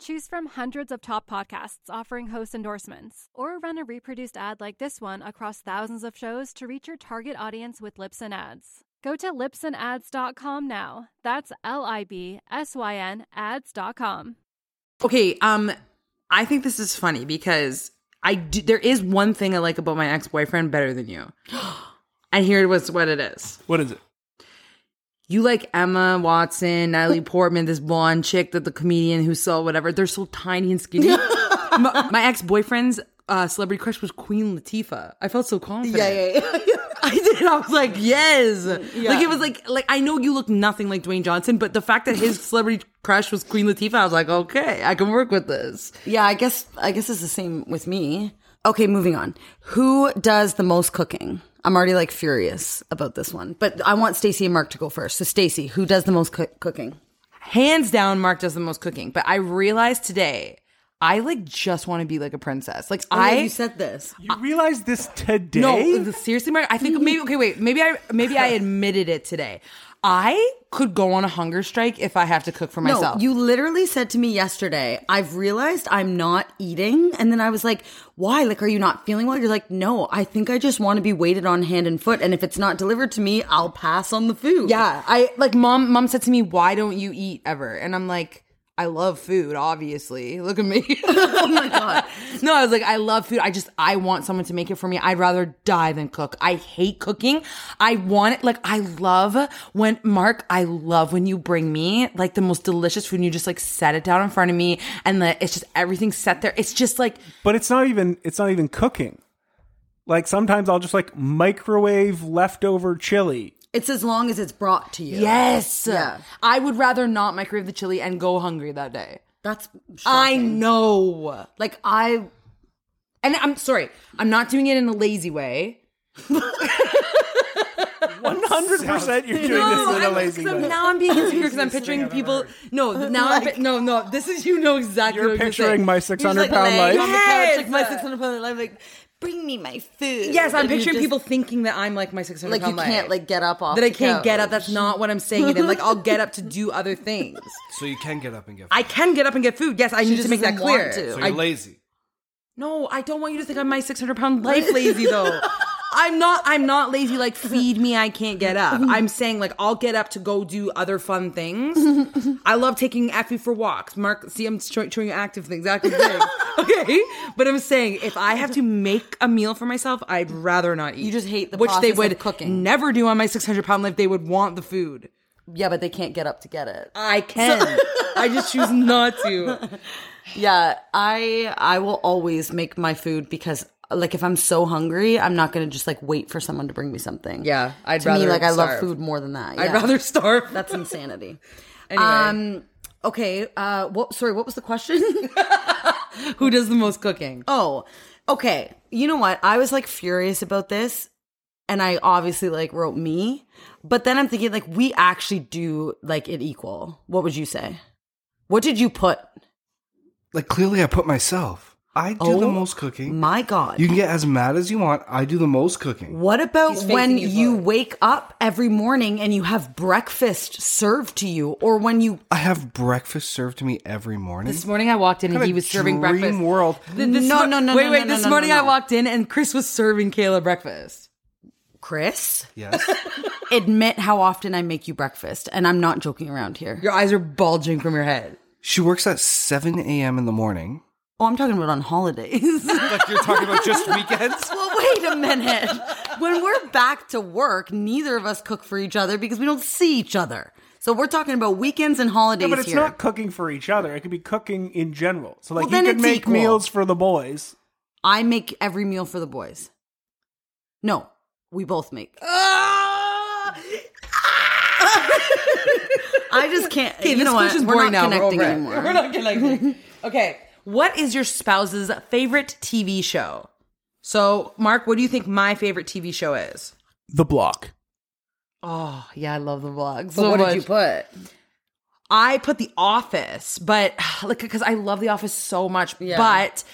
[SPEAKER 6] Choose from hundreds of top podcasts offering host endorsements, or run a reproduced ad like this one across thousands of shows to reach your target audience with Lips and Ads. Go to lipsandads.com now. That's L I B S Y N ads.com.
[SPEAKER 1] Okay, um, I think this is funny because I do, there is one thing I like about my ex boyfriend better than you, and here was what it is.
[SPEAKER 5] What is it?
[SPEAKER 1] You like Emma Watson, Natalie Portman, this blonde chick that the comedian who saw whatever. They're so tiny and skinny. my my ex boyfriend's uh, celebrity crush was Queen Latifah. I felt so confident.
[SPEAKER 3] yeah, yeah.
[SPEAKER 1] I did. I was like, yes. Like it was like like I know you look nothing like Dwayne Johnson, but the fact that his celebrity crush was Queen Latifah, I was like, okay, I can work with this.
[SPEAKER 3] Yeah, I guess I guess it's the same with me. Okay, moving on. Who does the most cooking? I'm already like furious about this one, but I want Stacy and Mark to go first. So Stacy, who does the most cook- cooking?
[SPEAKER 1] Hands down, Mark does the most cooking. But I realized today, I like just want to be like a princess. Like I
[SPEAKER 3] Oh, you said this.
[SPEAKER 5] You realize this today?
[SPEAKER 1] No, seriously, Mark. I think maybe okay. Wait, maybe I maybe I admitted it today. I could go on a hunger strike if I have to cook for myself.
[SPEAKER 3] No, you literally said to me yesterday, I've realized I'm not eating. And then I was like, why? Like, are you not feeling well? You're like, no, I think I just want to be waited on hand and foot. And if it's not delivered to me, I'll pass on the food.
[SPEAKER 1] yeah, I like mom. Mom said to me, "Why don't you eat ever?" And I'm like, "I love food, obviously. Look at me."
[SPEAKER 3] oh my God.
[SPEAKER 1] no, I was like, I love food. I just, I want someone to make it for me. I'd rather die than cook. I hate cooking. I want it. Like, I love when, Mark, I love when you bring me like the most delicious food and you just like set it down in front of me and the, it's just everything set there. It's just like,
[SPEAKER 5] but it's not even it's not even cooking. Like sometimes I'll just like microwave leftover chili.
[SPEAKER 3] It's as long as it's brought to you.
[SPEAKER 1] yes.
[SPEAKER 3] Yeah.
[SPEAKER 1] I would rather not microwave the chili and go hungry that day.
[SPEAKER 3] That's
[SPEAKER 1] I
[SPEAKER 3] shocking.
[SPEAKER 1] know.
[SPEAKER 3] Like, I
[SPEAKER 1] And I'm sorry, I'm not doing it in a lazy way.
[SPEAKER 5] One hundred percent, you're doing this in a
[SPEAKER 1] I'm-
[SPEAKER 5] lazy
[SPEAKER 1] 'cause I'm-
[SPEAKER 5] way.
[SPEAKER 1] now I'm being insecure because I'm
[SPEAKER 5] Easiest thing
[SPEAKER 1] picturing
[SPEAKER 5] I've ever
[SPEAKER 1] people.
[SPEAKER 5] heard.
[SPEAKER 1] No, now I'm, pi- no, no. This is you know exactly.
[SPEAKER 5] You're
[SPEAKER 1] what
[SPEAKER 5] picturing my
[SPEAKER 1] six
[SPEAKER 5] 600 pound life.
[SPEAKER 1] on the couch, like
[SPEAKER 3] Yes.
[SPEAKER 1] my 600 pound life. Like,
[SPEAKER 3] bring me my food.
[SPEAKER 1] yes, I'm
[SPEAKER 3] And you
[SPEAKER 1] picturing
[SPEAKER 3] just-
[SPEAKER 1] people thinking that I'm like my 600
[SPEAKER 3] like you
[SPEAKER 1] pound life.
[SPEAKER 3] can't like get up off
[SPEAKER 1] that I
[SPEAKER 3] the
[SPEAKER 1] can't get up.
[SPEAKER 3] couch.
[SPEAKER 1] That's not what I'm saying. And then like I'll get up to do other things.
[SPEAKER 4] So you can get up and get.
[SPEAKER 1] I can get up and get food. Yes, I need
[SPEAKER 3] just
[SPEAKER 1] to make that
[SPEAKER 3] doesn't want
[SPEAKER 1] clear.
[SPEAKER 3] to.
[SPEAKER 4] so
[SPEAKER 1] I-
[SPEAKER 4] you're lazy.
[SPEAKER 1] No, I don't want you to think I'm my 600 pound life lazy though. I'm not. I'm not lazy. Like feed me. I can't get up. I'm saying like I'll get up to go do other fun things. I love taking Effie for walks. Mark, see, I'm show- showing you active things, active things. Okay, but I'm saying if I have to make a meal for myself, I'd rather not eat.
[SPEAKER 3] You just hate the
[SPEAKER 1] which they
[SPEAKER 3] process of
[SPEAKER 1] would
[SPEAKER 3] cooking.
[SPEAKER 1] never do on my 600 pound life. They would want the food.
[SPEAKER 3] yeah, but they can't get up to get it.
[SPEAKER 1] I can. I just choose not to.
[SPEAKER 3] Yeah, I I will always make my food because like if I'm so hungry, I'm not gonna just like wait for someone to bring me something.
[SPEAKER 1] Yeah, I'd
[SPEAKER 3] to
[SPEAKER 1] rather
[SPEAKER 3] me like I love
[SPEAKER 1] starve.
[SPEAKER 3] food more than that.
[SPEAKER 1] I'd
[SPEAKER 3] Yeah.
[SPEAKER 1] rather starve.
[SPEAKER 3] that's insanity.
[SPEAKER 1] Anyway.
[SPEAKER 3] Um, okay. Uh, what? Sorry, what was the question?
[SPEAKER 1] Who does the most cooking?
[SPEAKER 3] Oh, okay. You know what? I was like furious about this and I obviously like wrote me, but then I'm thinking like we actually do like it equal. What would you say? What did you put?
[SPEAKER 4] Like clearly, I put myself. I do
[SPEAKER 1] Oh
[SPEAKER 4] the most cooking.
[SPEAKER 3] Oh My God.
[SPEAKER 4] You can get as mad as you want. I do the most cooking.
[SPEAKER 3] what about
[SPEAKER 1] He's
[SPEAKER 3] when
[SPEAKER 1] facing his
[SPEAKER 3] you
[SPEAKER 1] load.
[SPEAKER 3] wake up every morning and you have breakfast served to you or when you
[SPEAKER 4] I have breakfast served to me every morning.
[SPEAKER 1] This morning I walked in and
[SPEAKER 4] Kinda
[SPEAKER 1] he was serving
[SPEAKER 4] dream
[SPEAKER 1] breakfast.
[SPEAKER 4] world.
[SPEAKER 1] Th- this
[SPEAKER 3] No,
[SPEAKER 1] mor-
[SPEAKER 3] no, no,
[SPEAKER 1] Wait,
[SPEAKER 3] no,
[SPEAKER 1] wait.
[SPEAKER 3] no, no,
[SPEAKER 1] this
[SPEAKER 3] no,
[SPEAKER 1] morning
[SPEAKER 3] no,
[SPEAKER 1] I
[SPEAKER 3] no.
[SPEAKER 1] walked in and Chris was serving Kayla breakfast.
[SPEAKER 3] Chris
[SPEAKER 4] Yes.
[SPEAKER 3] admit how often I make you breakfast and I'm not joking around here.
[SPEAKER 1] Your eyes are bulging from your head.
[SPEAKER 4] She works at 7 a.m. in the morning.
[SPEAKER 3] Oh, I'm talking about on holidays.
[SPEAKER 4] Like you're talking about just weekends?
[SPEAKER 3] Well, wait a minute. When we're back to work, neither of us cook for each other because we don't see each other. So we're talking about weekends and holidays
[SPEAKER 5] Yeah, but it's
[SPEAKER 3] here.
[SPEAKER 5] not cooking for each other. It could be cooking in general. So like
[SPEAKER 3] Well, then
[SPEAKER 5] you could
[SPEAKER 3] it's
[SPEAKER 5] make
[SPEAKER 3] equal.
[SPEAKER 5] meals for the boys.
[SPEAKER 3] I make every meal for the boys. No, we both make. I just can't.
[SPEAKER 1] Okay,
[SPEAKER 3] you
[SPEAKER 1] this
[SPEAKER 3] know what?
[SPEAKER 1] question's
[SPEAKER 3] We're
[SPEAKER 1] boring
[SPEAKER 3] not
[SPEAKER 1] now. We're
[SPEAKER 3] connecting
[SPEAKER 1] over it.
[SPEAKER 3] anymore.
[SPEAKER 1] We're not connecting. okay. What is your spouse's favorite TV show? So, Mark, what do you think my favorite TV show is?
[SPEAKER 5] The block.
[SPEAKER 1] Oh, yeah, I love the vlog.
[SPEAKER 3] But
[SPEAKER 1] So
[SPEAKER 3] what
[SPEAKER 1] much.
[SPEAKER 3] did you put?
[SPEAKER 1] I put The Office, but like because I love The Office so much, but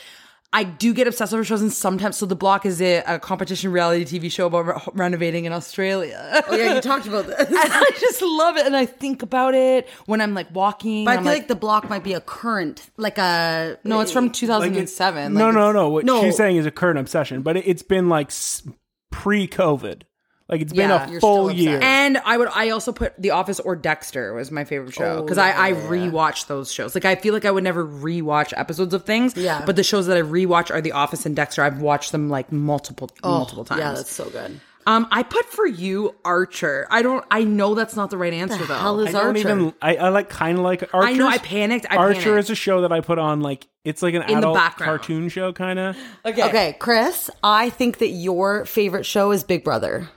[SPEAKER 1] I do get obsessed over shows, and sometimes so The Block is a, a competition reality TV show about re- renovating in Australia.
[SPEAKER 3] Oh yeah, you talked about this.
[SPEAKER 1] And I just love it, and I think about it when I'm like walking.
[SPEAKER 3] But I
[SPEAKER 1] I'm
[SPEAKER 3] feel like the block might be a current, like a
[SPEAKER 1] no, it's from 2007.
[SPEAKER 5] no,
[SPEAKER 1] like,
[SPEAKER 5] no,
[SPEAKER 1] it's-
[SPEAKER 5] no. What
[SPEAKER 3] No.
[SPEAKER 5] she's saying is a current obsession, but it, it's been like s- pre-COVID. Like it's
[SPEAKER 3] Yeah,
[SPEAKER 5] been a
[SPEAKER 3] you're
[SPEAKER 5] full
[SPEAKER 3] still upset.
[SPEAKER 5] year.
[SPEAKER 1] And I would I also put The Office or Dexter was my favorite show because I I rewatch those shows. Like I feel like I would never rewatch episodes of things.
[SPEAKER 3] Yeah.
[SPEAKER 1] But the shows that I rewatch are The Office and Dexter. I've watched them like multiple multiple times.
[SPEAKER 3] Yeah, that's so good.
[SPEAKER 1] um, I put for you Archer. I don't. I know that's not the right answer though.
[SPEAKER 3] hell is
[SPEAKER 5] I don't
[SPEAKER 3] Archer?
[SPEAKER 5] even. I, I like kind of like Archer.
[SPEAKER 1] know, I panicked, I
[SPEAKER 5] Archer
[SPEAKER 1] panicked.
[SPEAKER 5] is a show that I put on like it's like an
[SPEAKER 1] the
[SPEAKER 5] adult
[SPEAKER 1] background.
[SPEAKER 5] cartoon show kind of.
[SPEAKER 3] Okay. Chris, I think that your favorite show is Big Brother.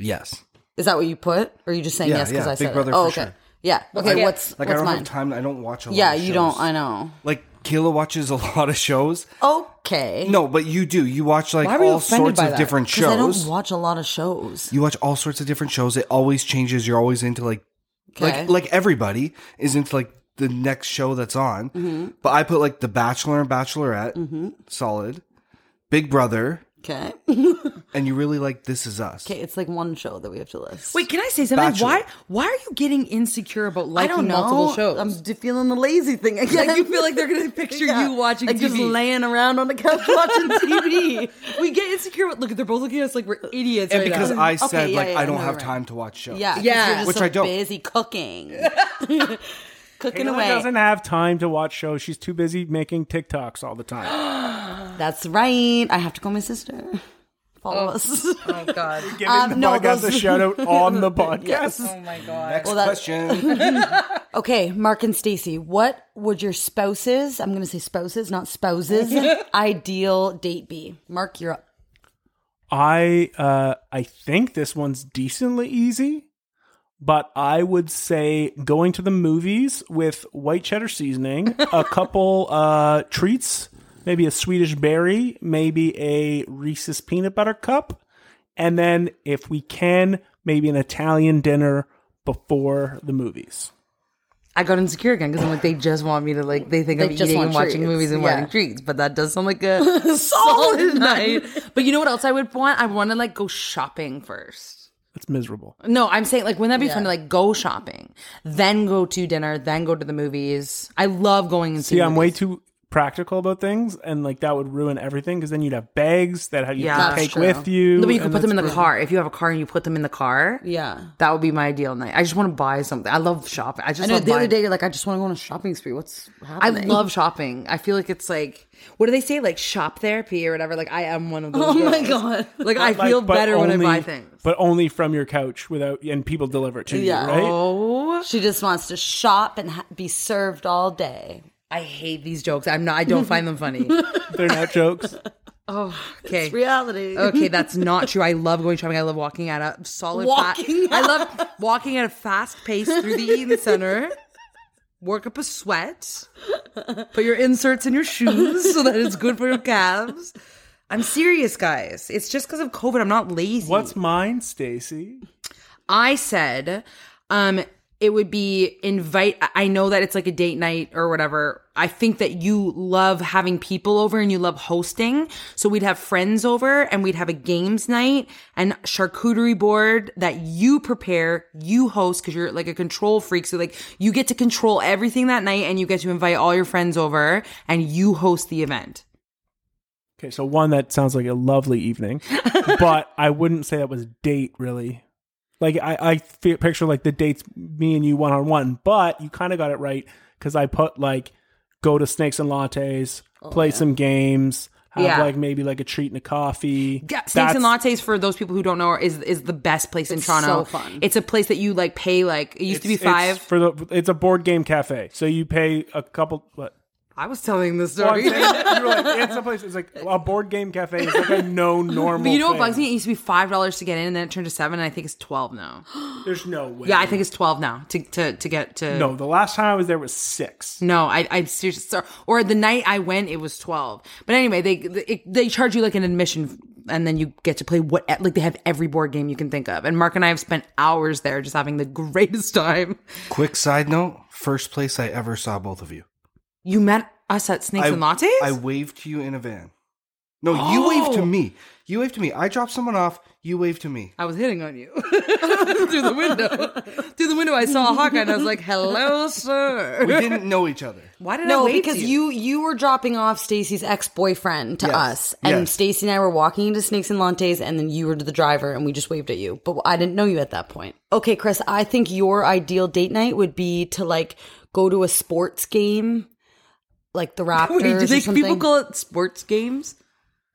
[SPEAKER 4] Yes.
[SPEAKER 3] Is that what you put? Or are you just saying
[SPEAKER 4] Yeah,
[SPEAKER 3] yes because
[SPEAKER 4] yeah,
[SPEAKER 3] I
[SPEAKER 4] Big
[SPEAKER 3] said it?
[SPEAKER 4] Brother
[SPEAKER 3] Oh,
[SPEAKER 4] for
[SPEAKER 3] okay.
[SPEAKER 4] sure.
[SPEAKER 3] Yeah. Okay,
[SPEAKER 4] Like-
[SPEAKER 3] what's
[SPEAKER 4] like
[SPEAKER 3] what's
[SPEAKER 4] I don't
[SPEAKER 3] mine?
[SPEAKER 4] have time. I don't watch a lot.
[SPEAKER 3] yeah,
[SPEAKER 4] of
[SPEAKER 3] you don't
[SPEAKER 4] shows.
[SPEAKER 3] I know.
[SPEAKER 4] Like Kayla watches a lot of shows.
[SPEAKER 3] Okay.
[SPEAKER 4] No, but you do. You watch like
[SPEAKER 3] Why were you
[SPEAKER 4] all
[SPEAKER 3] offended
[SPEAKER 4] sorts
[SPEAKER 3] by
[SPEAKER 4] of
[SPEAKER 3] that?
[SPEAKER 4] different
[SPEAKER 3] 'Cause
[SPEAKER 4] shows.
[SPEAKER 3] I don't watch a lot of shows.
[SPEAKER 4] you watch all sorts of different shows. It always changes. You're always into like,
[SPEAKER 3] Okay.
[SPEAKER 4] like, like everybody is into like the next show that's on.
[SPEAKER 3] Mm-hmm.
[SPEAKER 4] But I put like The Bachelor and Bachelorette, solid, Big Brother,
[SPEAKER 3] Okay.
[SPEAKER 4] and you really like This Is Us.
[SPEAKER 3] okay, it's like one show that we have to list.
[SPEAKER 1] Wait, can I say something?
[SPEAKER 4] Bachelor.
[SPEAKER 1] Why why are you getting insecure about
[SPEAKER 3] I
[SPEAKER 1] liking
[SPEAKER 3] don't know.
[SPEAKER 1] multiple shows?
[SPEAKER 3] I'm d- feeling the lazy thing again.
[SPEAKER 1] Like, you feel like they're gonna picture you watching
[SPEAKER 3] like just
[SPEAKER 1] TV.
[SPEAKER 3] laying around on the couch watching TV.
[SPEAKER 1] we get insecure. about- Look, they're both looking at us like we're idiots.
[SPEAKER 4] and
[SPEAKER 1] right
[SPEAKER 4] because
[SPEAKER 1] now.
[SPEAKER 4] I
[SPEAKER 3] Mm-hmm. Okay,
[SPEAKER 4] said
[SPEAKER 3] yeah,
[SPEAKER 4] like
[SPEAKER 3] yeah,
[SPEAKER 4] I don't
[SPEAKER 3] no,
[SPEAKER 4] have
[SPEAKER 3] right.
[SPEAKER 4] time to watch shows.
[SPEAKER 3] Yeah, 'cause
[SPEAKER 1] Yeah.
[SPEAKER 3] you're just
[SPEAKER 4] Which
[SPEAKER 3] so
[SPEAKER 4] I don't.
[SPEAKER 3] Busy cooking, cooking
[SPEAKER 5] Kayla
[SPEAKER 3] away.
[SPEAKER 5] doesn't have time to watch shows. She's too busy making TikToks all the time.
[SPEAKER 3] That's right. I have to call my sister. Follow us.
[SPEAKER 1] oh god,
[SPEAKER 5] Giving
[SPEAKER 3] Um,
[SPEAKER 5] the
[SPEAKER 3] no,
[SPEAKER 5] podcast
[SPEAKER 3] those-
[SPEAKER 5] a shout out on the podcast.
[SPEAKER 1] oh my god.
[SPEAKER 4] Next
[SPEAKER 3] that-
[SPEAKER 4] question.
[SPEAKER 3] Okay, Mark and Stacy, what would your spouses, I'm going to say spouses, not spouses, ideal date be? Mark, you're up.
[SPEAKER 5] I uh I think this one's decently easy, but I would say going to the movies with white cheddar seasoning, a couple uh treats, maybe a Swedish berry, maybe a Reese's peanut butter cup, and then if we can, maybe an Italian dinner before the movies.
[SPEAKER 1] I got insecure again because I'm like, they just want me to like, they think
[SPEAKER 3] They
[SPEAKER 1] I'm
[SPEAKER 3] just
[SPEAKER 1] eating
[SPEAKER 3] want
[SPEAKER 1] and watching
[SPEAKER 3] treats.
[SPEAKER 1] movies and
[SPEAKER 3] Yeah.
[SPEAKER 1] watching treats, but that does sound like a solid night. But you know what else I would want? I want to like go shopping first.
[SPEAKER 5] It's miserable.
[SPEAKER 1] No, I'm saying like, wouldn't that be fun to like go shopping, then go to dinner, then go to the movies? I love going and
[SPEAKER 5] See,
[SPEAKER 1] seeing
[SPEAKER 5] I'm way
[SPEAKER 1] movies.
[SPEAKER 5] too practical about things, and like that would ruin everything because then you'd have bags that you
[SPEAKER 1] Yeah,
[SPEAKER 5] have to
[SPEAKER 1] that's
[SPEAKER 5] take
[SPEAKER 3] true.
[SPEAKER 5] with you.
[SPEAKER 1] No, but you could
[SPEAKER 5] and
[SPEAKER 1] put them in
[SPEAKER 5] that's
[SPEAKER 1] the car. If you have a car and you put them in the car,
[SPEAKER 3] Yeah.
[SPEAKER 1] that would be my ideal night. I just want to buy something. I love shopping. I just
[SPEAKER 3] I know
[SPEAKER 1] love
[SPEAKER 3] the other
[SPEAKER 1] buying-
[SPEAKER 3] day you're like, I just want to go on a shopping spree. What's
[SPEAKER 1] I
[SPEAKER 3] happening?
[SPEAKER 1] love shopping. I feel like it's like what do they say, like shop therapy or whatever. Like I am one of those.
[SPEAKER 3] Oh my
[SPEAKER 1] girls.
[SPEAKER 3] God.
[SPEAKER 1] Like I
[SPEAKER 5] Like,
[SPEAKER 1] feel
[SPEAKER 5] but
[SPEAKER 1] better when I
[SPEAKER 5] only-
[SPEAKER 1] buy things.
[SPEAKER 5] But only from your couch without and people deliver it to
[SPEAKER 3] Yeah.
[SPEAKER 5] you, right?
[SPEAKER 1] Oh,
[SPEAKER 3] She just wants to shop and ha- be served all day.
[SPEAKER 1] I hate these jokes. I'm not. I don't find them funny.
[SPEAKER 5] They're not jokes.
[SPEAKER 1] Okay.
[SPEAKER 3] Reality.
[SPEAKER 1] Okay, that's not true. I love going shopping. I love walking at a solid.
[SPEAKER 3] Walking
[SPEAKER 1] fa- I love walking at a fast pace through the Eaton Center. Work up a sweat. Put your inserts in your shoes so that it's good for your calves. I'm serious, guys. It's just because of COVID. I'm not lazy.
[SPEAKER 5] What's mine, Stacy?
[SPEAKER 1] I said, um, it would be invite. I- I know that it's like a date night or whatever. I think that you love having people over and you love hosting. So we'd have friends over and we'd have a games night and charcuterie board that you prepare, you host because you're like a control freak. So like you get to control everything that night and you get to invite all your friends over and you host the event.
[SPEAKER 5] Okay, so one that sounds like a lovely evening, but I wouldn't say that was date really. Like I, I fe- picture like the dates me and you one on one, but you kind of got it right because I put like go to snakes and lattes, play some games, have
[SPEAKER 1] Oh, Yeah.
[SPEAKER 5] like maybe like a treat and a coffee.
[SPEAKER 1] Yeah, Snakes and
[SPEAKER 5] That's-
[SPEAKER 1] Lattes for those people who don't know is is the best place in
[SPEAKER 3] It's
[SPEAKER 1] Toronto.
[SPEAKER 3] so fun.
[SPEAKER 1] It's a place that you like pay like it used to be
[SPEAKER 5] It's- it's
[SPEAKER 1] five.
[SPEAKER 5] for the. It's a board game cafe, so you pay a couple. What?
[SPEAKER 1] I was telling the
[SPEAKER 5] Well, I'm
[SPEAKER 1] story.
[SPEAKER 5] saying, you were like, it's a place. It's like a board game cafe. It's like a no normal.
[SPEAKER 1] But you know what
[SPEAKER 5] thing.
[SPEAKER 1] bugs me? It used to be five dollars to get in, and then it turned to seven, and I think it's twelve now.
[SPEAKER 5] There's no way.
[SPEAKER 1] Yeah, I think it's twelve now to to, to get to.
[SPEAKER 5] no. The last time I was there was six.
[SPEAKER 1] no, I I'm serious. sorry. Or the night I went, it was twelve. But anyway, they it, they charge you like an admission, and then you get to play what like they have every board game you can think of. And Mark and I have spent hours there, just having the greatest time.
[SPEAKER 4] Quick side note: first place I ever saw both of you.
[SPEAKER 1] You met us at Snakes
[SPEAKER 4] I,
[SPEAKER 1] and Lattes.
[SPEAKER 4] I waved to you in a van. No, you wave to me. You wave to me. I drop someone off. You wave to me.
[SPEAKER 1] I was hitting on you through the window. through the window, I saw a Hawkeye and I was like, hello,
[SPEAKER 4] We
[SPEAKER 1] sir.
[SPEAKER 4] didn't know each other.
[SPEAKER 1] Why did I
[SPEAKER 3] No,
[SPEAKER 1] wave to
[SPEAKER 3] because you you were dropping off Stacy's ex boyfriend to
[SPEAKER 4] Yes.
[SPEAKER 3] us, and
[SPEAKER 4] Yes.
[SPEAKER 3] Stacy and I were walking into Snakes and Lantes, and then you were the driver, and we just waved at you. But I didn't know you at that point. Okay, Chris, I think your ideal date night would be to like go to a sports game, like the Raptors.
[SPEAKER 1] Wait, do
[SPEAKER 3] or
[SPEAKER 1] they,
[SPEAKER 3] something.
[SPEAKER 1] people call it sports games?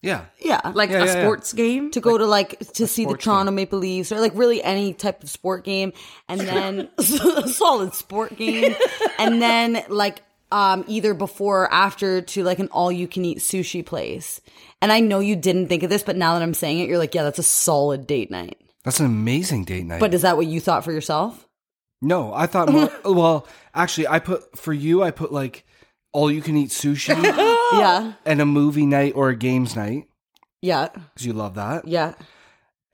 [SPEAKER 4] Yeah.
[SPEAKER 3] yeah,
[SPEAKER 1] Like
[SPEAKER 4] Yeah,
[SPEAKER 1] a
[SPEAKER 4] yeah, yeah.
[SPEAKER 1] sports game?
[SPEAKER 3] to go to like to see the Toronto Maple Leafs or like really any type of sport game, and then a solid sport game, and then like um either before or after to like an all you can eat sushi place. And I know you didn't think of this, but now that I'm saying it, you're like, yeah, that's a solid date night.
[SPEAKER 4] That's an amazing date night.
[SPEAKER 3] But is that what you thought for yourself?
[SPEAKER 4] no, I thought more. well, actually, I put for you. I put like all you can eat sushi
[SPEAKER 3] Yeah,
[SPEAKER 4] and a movie night or a games night
[SPEAKER 3] yeah,
[SPEAKER 4] because you love that.
[SPEAKER 3] yeah.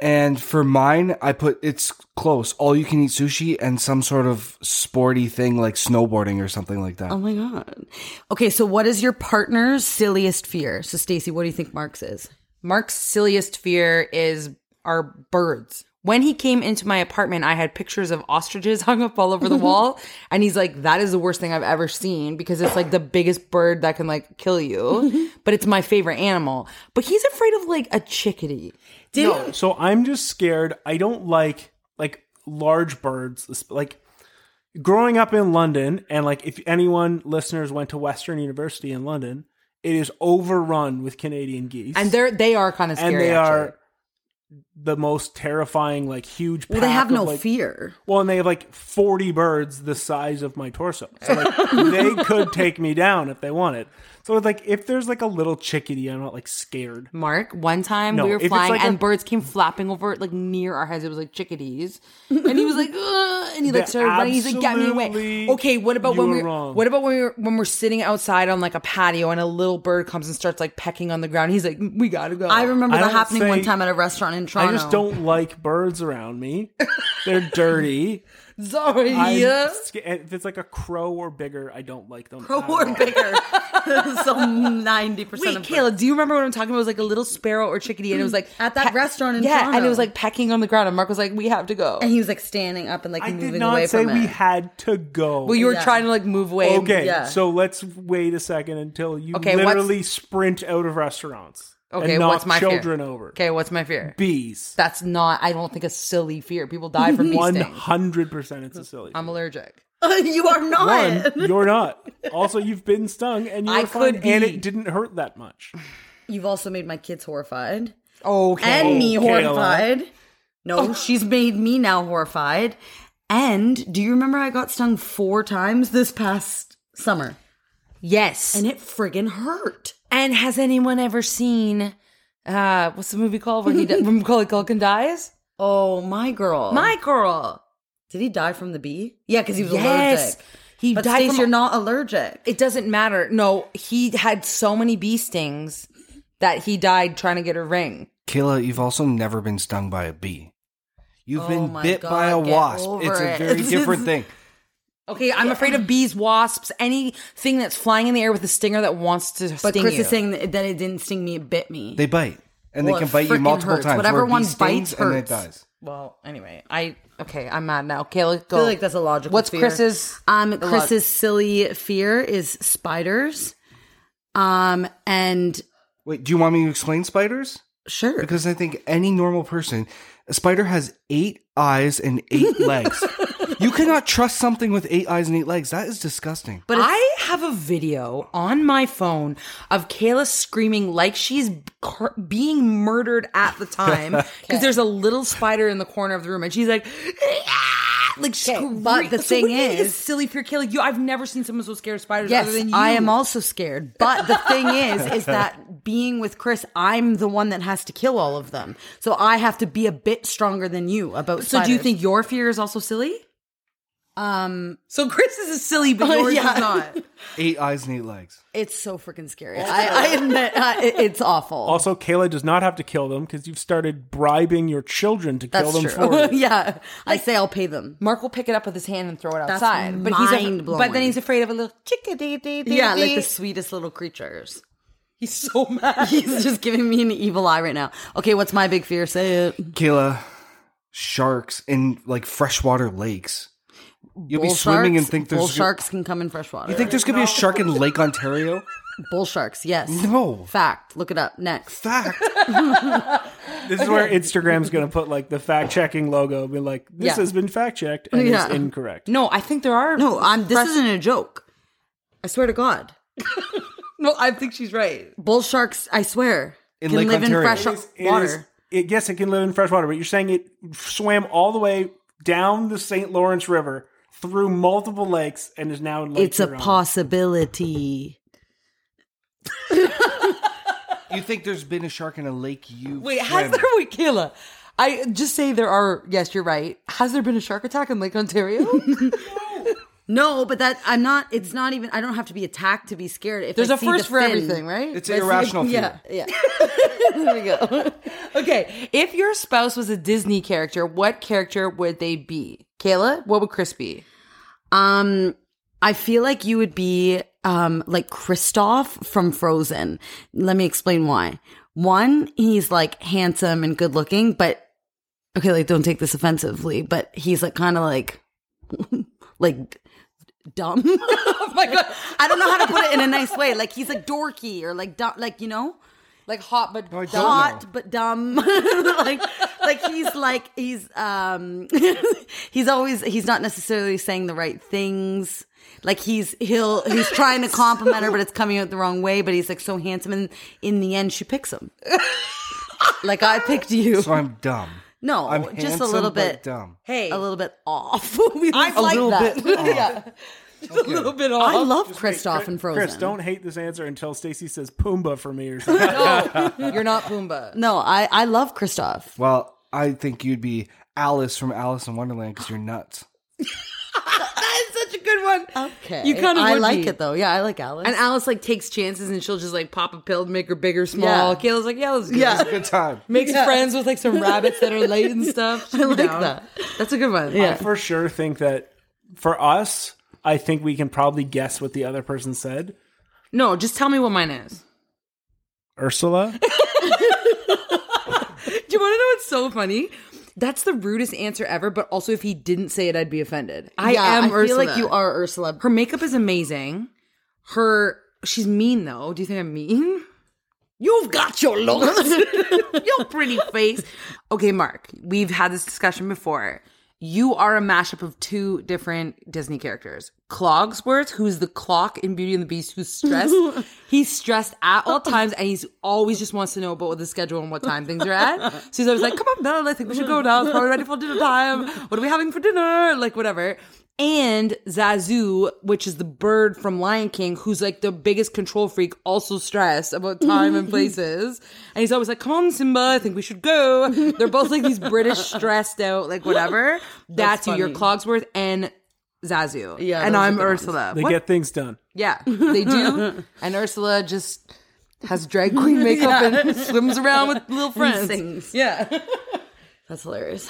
[SPEAKER 4] And for mine, I put it's close. All you can eat sushi and some sort of sporty thing like snowboarding or something like that.
[SPEAKER 3] Oh my god. Okay, so what is your partner's silliest fear? So Stacy, what do you think Mark's is?
[SPEAKER 1] Mark's silliest fear is are birds. When he came into my apartment, I had pictures of ostriches hung up all over the wall, and he's like, "That is the worst thing I've ever seen because it's like the biggest bird that can like kill you, but it's my favorite animal." But he's afraid of like a chickadee.
[SPEAKER 5] No, so I'm just scared. I don't like like large birds. Like growing up in London, and like if anyone listeners went to Western University in London, it is overrun with Canadian geese,
[SPEAKER 1] and they're they are kind of
[SPEAKER 5] and
[SPEAKER 1] scary.
[SPEAKER 5] they
[SPEAKER 1] actually.
[SPEAKER 5] are the most terrifying, like huge.
[SPEAKER 3] Well, they
[SPEAKER 5] pack
[SPEAKER 3] have
[SPEAKER 5] of,
[SPEAKER 3] no
[SPEAKER 5] like-
[SPEAKER 3] fear.
[SPEAKER 5] Well, and they have like 40 birds the size of my torso. So like, they could take me down if they wanted. So it's like if there's like a little chickadee, I'm not like scared.
[SPEAKER 1] Mark, one time
[SPEAKER 5] No,
[SPEAKER 1] we were
[SPEAKER 5] if it's
[SPEAKER 1] flying
[SPEAKER 5] like
[SPEAKER 1] and
[SPEAKER 5] a-
[SPEAKER 1] birds came flapping over like near our heads. It was like chickadees, and he was like, Ugh, and he like
[SPEAKER 5] They're
[SPEAKER 1] started running. He's like, "Get me away!"
[SPEAKER 5] absolutely-
[SPEAKER 1] Okay, what about
[SPEAKER 5] you
[SPEAKER 1] when
[SPEAKER 5] were
[SPEAKER 1] we're
[SPEAKER 5] wrong.
[SPEAKER 1] what about when we're when we're sitting outside on like a patio and a little bird comes and starts like pecking on the ground? He's like, "We gotta go."
[SPEAKER 3] I remember
[SPEAKER 5] I
[SPEAKER 3] that
[SPEAKER 5] don't
[SPEAKER 3] happening one
[SPEAKER 5] think-
[SPEAKER 3] time at a restaurant in
[SPEAKER 1] Oh,
[SPEAKER 3] Toronto.
[SPEAKER 5] I just don't like birds around me. They're dirty.
[SPEAKER 1] sorry.
[SPEAKER 5] I'm
[SPEAKER 1] yeah.
[SPEAKER 5] sca- If it's like a crow or bigger, I don't like them.
[SPEAKER 3] Pro
[SPEAKER 5] at
[SPEAKER 3] or
[SPEAKER 5] all.
[SPEAKER 3] bigger. so ninety percent
[SPEAKER 1] Wait,
[SPEAKER 3] of
[SPEAKER 1] Kayla, do you remember what I'm talking about? It was like a little sparrow or chickadee, and it was like
[SPEAKER 3] At that restaurant in
[SPEAKER 1] yeah, and
[SPEAKER 3] Toronto.
[SPEAKER 1] it was like pecking on the ground, and Mark was like, "We have to go."
[SPEAKER 3] And he was like standing up and like
[SPEAKER 5] I
[SPEAKER 3] moving
[SPEAKER 5] did not
[SPEAKER 3] away
[SPEAKER 5] say
[SPEAKER 3] from
[SPEAKER 5] we
[SPEAKER 3] it.
[SPEAKER 5] had to go.
[SPEAKER 1] well, you were
[SPEAKER 3] Yeah.
[SPEAKER 1] trying to like move away. and-
[SPEAKER 5] okay,
[SPEAKER 3] yeah.
[SPEAKER 5] so let's wait a second until you
[SPEAKER 1] Okay, what's-
[SPEAKER 5] literally sprint out of restaurants.
[SPEAKER 1] Okay,
[SPEAKER 5] and knock
[SPEAKER 1] what's my fear?
[SPEAKER 5] children over?
[SPEAKER 1] Okay, what's my fear?
[SPEAKER 5] Bees.
[SPEAKER 1] That's not. I don't think a silly fear. People die from bee
[SPEAKER 5] One
[SPEAKER 1] stings.
[SPEAKER 5] hundred percent, it's a silly.
[SPEAKER 1] I'm allergic.
[SPEAKER 3] you are not.
[SPEAKER 5] One, you're not. Also, you've been stung and you
[SPEAKER 1] I
[SPEAKER 5] were fine,
[SPEAKER 1] could
[SPEAKER 5] and
[SPEAKER 1] be.
[SPEAKER 5] it didn't hurt that much.
[SPEAKER 3] You've also made my kids horrified
[SPEAKER 1] Okay.
[SPEAKER 3] and me
[SPEAKER 5] Kayla.
[SPEAKER 3] horrified.
[SPEAKER 1] Oh.
[SPEAKER 3] No, she's made me now horrified. And do you remember I got stung four times this past summer,
[SPEAKER 1] yes.
[SPEAKER 3] and
[SPEAKER 1] And,
[SPEAKER 3] it friggin' hurt.
[SPEAKER 1] has anyone ever seen uh what's the movie called when he di- when Macaulay Culkin dies?
[SPEAKER 3] Oh my girl,
[SPEAKER 1] Michael.
[SPEAKER 3] did he die from the bee? Yeah, because he was
[SPEAKER 1] Yes.
[SPEAKER 3] allergic.
[SPEAKER 1] He
[SPEAKER 3] But
[SPEAKER 1] died
[SPEAKER 3] Stace,
[SPEAKER 1] from-
[SPEAKER 3] you're not allergic.
[SPEAKER 1] It doesn't matter. No, he had so many bee stings that he died trying to get a ring.
[SPEAKER 4] Kayla, you've also never been stung by a bee. You've
[SPEAKER 3] Oh
[SPEAKER 4] been
[SPEAKER 3] my
[SPEAKER 4] bit
[SPEAKER 3] God,
[SPEAKER 4] by a
[SPEAKER 3] get
[SPEAKER 4] wasp.
[SPEAKER 3] over
[SPEAKER 4] It's a
[SPEAKER 3] it.
[SPEAKER 4] very different thing.
[SPEAKER 1] Okay, I'm afraid of bees, wasps, anything that's flying in the air with a stinger that wants to
[SPEAKER 3] But
[SPEAKER 1] sting
[SPEAKER 3] Chris
[SPEAKER 1] you.
[SPEAKER 3] is saying that, that it didn't sting me; it bit me.
[SPEAKER 4] They bite. And
[SPEAKER 3] Well,
[SPEAKER 4] they
[SPEAKER 3] it
[SPEAKER 4] can bite you
[SPEAKER 3] frickin'
[SPEAKER 4] multiple
[SPEAKER 3] hurts.
[SPEAKER 4] times.
[SPEAKER 3] Whatever
[SPEAKER 4] where a bee
[SPEAKER 3] one
[SPEAKER 4] stings
[SPEAKER 3] bites
[SPEAKER 4] and it
[SPEAKER 3] hurts.
[SPEAKER 4] dies.
[SPEAKER 1] well, anyway, I okay, I'm mad now. Kayla, go.
[SPEAKER 3] I feel like that's a logical.
[SPEAKER 1] What's
[SPEAKER 3] fear.
[SPEAKER 1] Chris's?
[SPEAKER 3] Um,
[SPEAKER 1] the
[SPEAKER 3] Chris's
[SPEAKER 1] log-
[SPEAKER 3] silly fear is spiders. Um, and
[SPEAKER 4] Wait, do you want me to explain spiders?
[SPEAKER 3] sure,
[SPEAKER 4] Because I think any normal person, a spider has eight eyes and eight legs. You cannot trust something with eight eyes and eight legs. That is disgusting.
[SPEAKER 1] But I have a video on my phone of Kayla screaming like she's cur- being murdered at the time because there's a little spider in the corner of the room and she's like, "Ah!" like screaming.
[SPEAKER 3] but
[SPEAKER 1] So
[SPEAKER 3] the
[SPEAKER 1] what
[SPEAKER 3] thing
[SPEAKER 1] do you think
[SPEAKER 3] is-
[SPEAKER 1] silly fear, Kayla. You, I've never seen someone so scared of spiders.
[SPEAKER 3] yes,
[SPEAKER 1] other than you.
[SPEAKER 3] I am also scared. But the thing is, is that being with Chris, I'm the one that has to kill all of them. So I have to be a bit stronger than you about.
[SPEAKER 1] So do you
[SPEAKER 3] spiders.
[SPEAKER 1] think your fear is also silly?
[SPEAKER 3] Um,
[SPEAKER 1] So Chris is silly, but yours
[SPEAKER 3] yeah.
[SPEAKER 1] is not.
[SPEAKER 4] Eight eyes and eight legs.
[SPEAKER 3] it's so freaking scary. I, I admit, uh, it- it's awful.
[SPEAKER 5] Also, Kayla does not have to kill them because you've started bribing your children to
[SPEAKER 3] That's
[SPEAKER 5] kill them
[SPEAKER 3] true.
[SPEAKER 5] for you.
[SPEAKER 3] yeah, I say I'll pay them.
[SPEAKER 1] Mark will pick it up with his hand and throw it
[SPEAKER 3] That's
[SPEAKER 1] outside. but he's af- but
[SPEAKER 3] mind-blowing.
[SPEAKER 1] then he's afraid of a little chickadee.
[SPEAKER 3] Yeah, like the sweetest little creatures.
[SPEAKER 1] He's so mad.
[SPEAKER 3] He's just giving me an evil eye right now. Okay, what's my big fear? Say it.
[SPEAKER 4] Kayla, sharks in like freshwater lakes. You'll be swimming and think there's
[SPEAKER 3] bull sharks can come in fresh water.
[SPEAKER 4] You think there's gonna be a shark in Lake Ontario?
[SPEAKER 3] bull sharks? Yes.
[SPEAKER 4] No.
[SPEAKER 3] Fact. Look it up. Next.
[SPEAKER 4] Fact.
[SPEAKER 5] This is where Instagram's going to put like the fact checking logo, be like,
[SPEAKER 3] Yeah.
[SPEAKER 5] this has been fact checked and
[SPEAKER 3] Yeah.
[SPEAKER 5] it's incorrect.
[SPEAKER 1] No, I think there are.
[SPEAKER 3] No, I'm. This isn't a joke. I swear to God,
[SPEAKER 1] no, I think she's right.
[SPEAKER 3] bull sharks. I swear
[SPEAKER 4] In
[SPEAKER 3] can
[SPEAKER 4] Lake
[SPEAKER 3] live
[SPEAKER 4] Ontario.
[SPEAKER 3] in fresh
[SPEAKER 4] It
[SPEAKER 5] It
[SPEAKER 3] water.
[SPEAKER 5] is- it, yes, it can live in fresh water, but you're saying it swam all the way down the St. Lawrence River through multiple lakes and is now in Lake
[SPEAKER 3] it's a
[SPEAKER 5] Huron.
[SPEAKER 3] possibility.
[SPEAKER 4] You think there's been a shark in a lake you
[SPEAKER 1] Wait, has
[SPEAKER 4] swam
[SPEAKER 1] there? Wait, Kayla. I just say there are. Yes, you're right. Has there been a shark attack in Lake Ontario?
[SPEAKER 3] No, but that I'm not. It's not even. I don't have to be attacked to be scared. If
[SPEAKER 1] There's
[SPEAKER 3] a
[SPEAKER 1] a first for everything, right?
[SPEAKER 4] It's an irrational fear.
[SPEAKER 3] Yeah, yeah.
[SPEAKER 1] there we go. okay, if your spouse was a Disney character, what character would they be? Kayla, what would Chris be?
[SPEAKER 3] Um, I feel like you would be um like Kristoff from Frozen. Let me explain why. One, he's like handsome and good looking, but okay, like don't take this offensively, but he's like kind of like like dumb. oh my god, I don't know how to put it in a nice way. Like he's like dorky or like dumb, like you know.
[SPEAKER 1] Like hot but
[SPEAKER 4] I don't
[SPEAKER 3] hot
[SPEAKER 4] know.
[SPEAKER 3] but dumb like like he's like he's um he's always he's not necessarily saying the right things like he's he'll he's trying to compliment her but it's coming out the wrong way but he's like so handsome and in the end she picks him like i picked you
[SPEAKER 4] So I'm dumb.
[SPEAKER 3] no
[SPEAKER 4] I'm
[SPEAKER 3] just a
[SPEAKER 4] handsome,
[SPEAKER 3] little
[SPEAKER 4] but
[SPEAKER 3] bit
[SPEAKER 4] dumb.
[SPEAKER 3] hey a little bit off we
[SPEAKER 1] I
[SPEAKER 3] like
[SPEAKER 4] little
[SPEAKER 3] that
[SPEAKER 4] bit off.
[SPEAKER 3] yeah
[SPEAKER 1] a little bit off.
[SPEAKER 3] i love christoph and frozen
[SPEAKER 5] Chris, don't hate this answer until Stacy says Pumbaa for me or something.
[SPEAKER 1] No, you're not Pumbaa.
[SPEAKER 3] no i i love christoph
[SPEAKER 4] Well, I think you'd be Alice from Alice in Wonderland because you're nuts.
[SPEAKER 1] That is such a good one.
[SPEAKER 3] okay
[SPEAKER 1] You kind of
[SPEAKER 3] i
[SPEAKER 1] would
[SPEAKER 3] like
[SPEAKER 1] be.
[SPEAKER 3] it though yeah i like alice
[SPEAKER 1] And Alice like takes chances and she'll just like pop a pill, make her big or small.
[SPEAKER 3] Yeah.
[SPEAKER 1] Kayla's like, yeah, let's do
[SPEAKER 3] Yeah.
[SPEAKER 1] this.
[SPEAKER 4] Good time.
[SPEAKER 1] Makes friends with like some rabbits that are late and stuff. I
[SPEAKER 3] like that.
[SPEAKER 1] That's a good one.
[SPEAKER 5] I for sure think that for us, I think we can probably guess what the other person said.
[SPEAKER 1] No, just tell me what mine is.
[SPEAKER 5] Ursula?
[SPEAKER 1] Do you want to know what's so funny? That's the rudest answer ever, but also if he didn't say it, I'd be offended. I
[SPEAKER 3] Yeah,
[SPEAKER 1] am
[SPEAKER 3] I feel
[SPEAKER 1] Ursula.
[SPEAKER 3] like you are Ursula.
[SPEAKER 1] Her makeup is amazing. Her she's mean though. Do you think I'm mean? You've got your looks. your pretty face. Okay, Mark, we've had this discussion before. You are a mashup of two different Disney characters. Clogsworth, who's the clock in Beauty and the Beast, who's stressed. he's stressed at all times and he's always just wants to know about the schedule and what time things are at. So he's always like, come on down, I think we should go now. It's probably ready for dinner time. What are we having for dinner? Like, whatever and Zazu, which is the bird from Lion King, who's like the biggest control freak, also stressed about time and places. And he's always like, Come on, Simba, I think we should go. They're both like these British stressed out, like whatever. That's, you, your Clogsworth and Zazu.
[SPEAKER 3] Yeah,
[SPEAKER 1] And
[SPEAKER 3] those are
[SPEAKER 1] I'm
[SPEAKER 3] good ones.
[SPEAKER 1] Ursula.
[SPEAKER 5] They
[SPEAKER 1] What?
[SPEAKER 5] get things done.
[SPEAKER 1] yeah, they do. and Ursula just has drag queen makeup and swims around with little friends.
[SPEAKER 3] sings.
[SPEAKER 1] Yeah.
[SPEAKER 3] That's hilarious.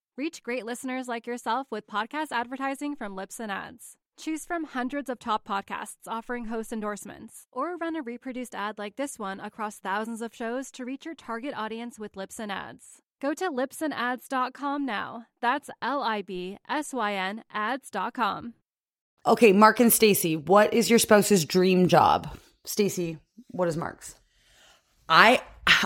[SPEAKER 6] Reach great listeners like yourself with podcast advertising from Lips and Ads. Choose from hundreds of top podcasts offering host endorsements, or run a reproduced ad like this one across thousands of shows to reach your target audience with Lips and Ads. Go to lipsandads.com now. That's L I B S Y N ads.com.
[SPEAKER 3] Okay, Mark and Stacy, what is your spouse's dream job? Stacy, what is Mark's?
[SPEAKER 1] I,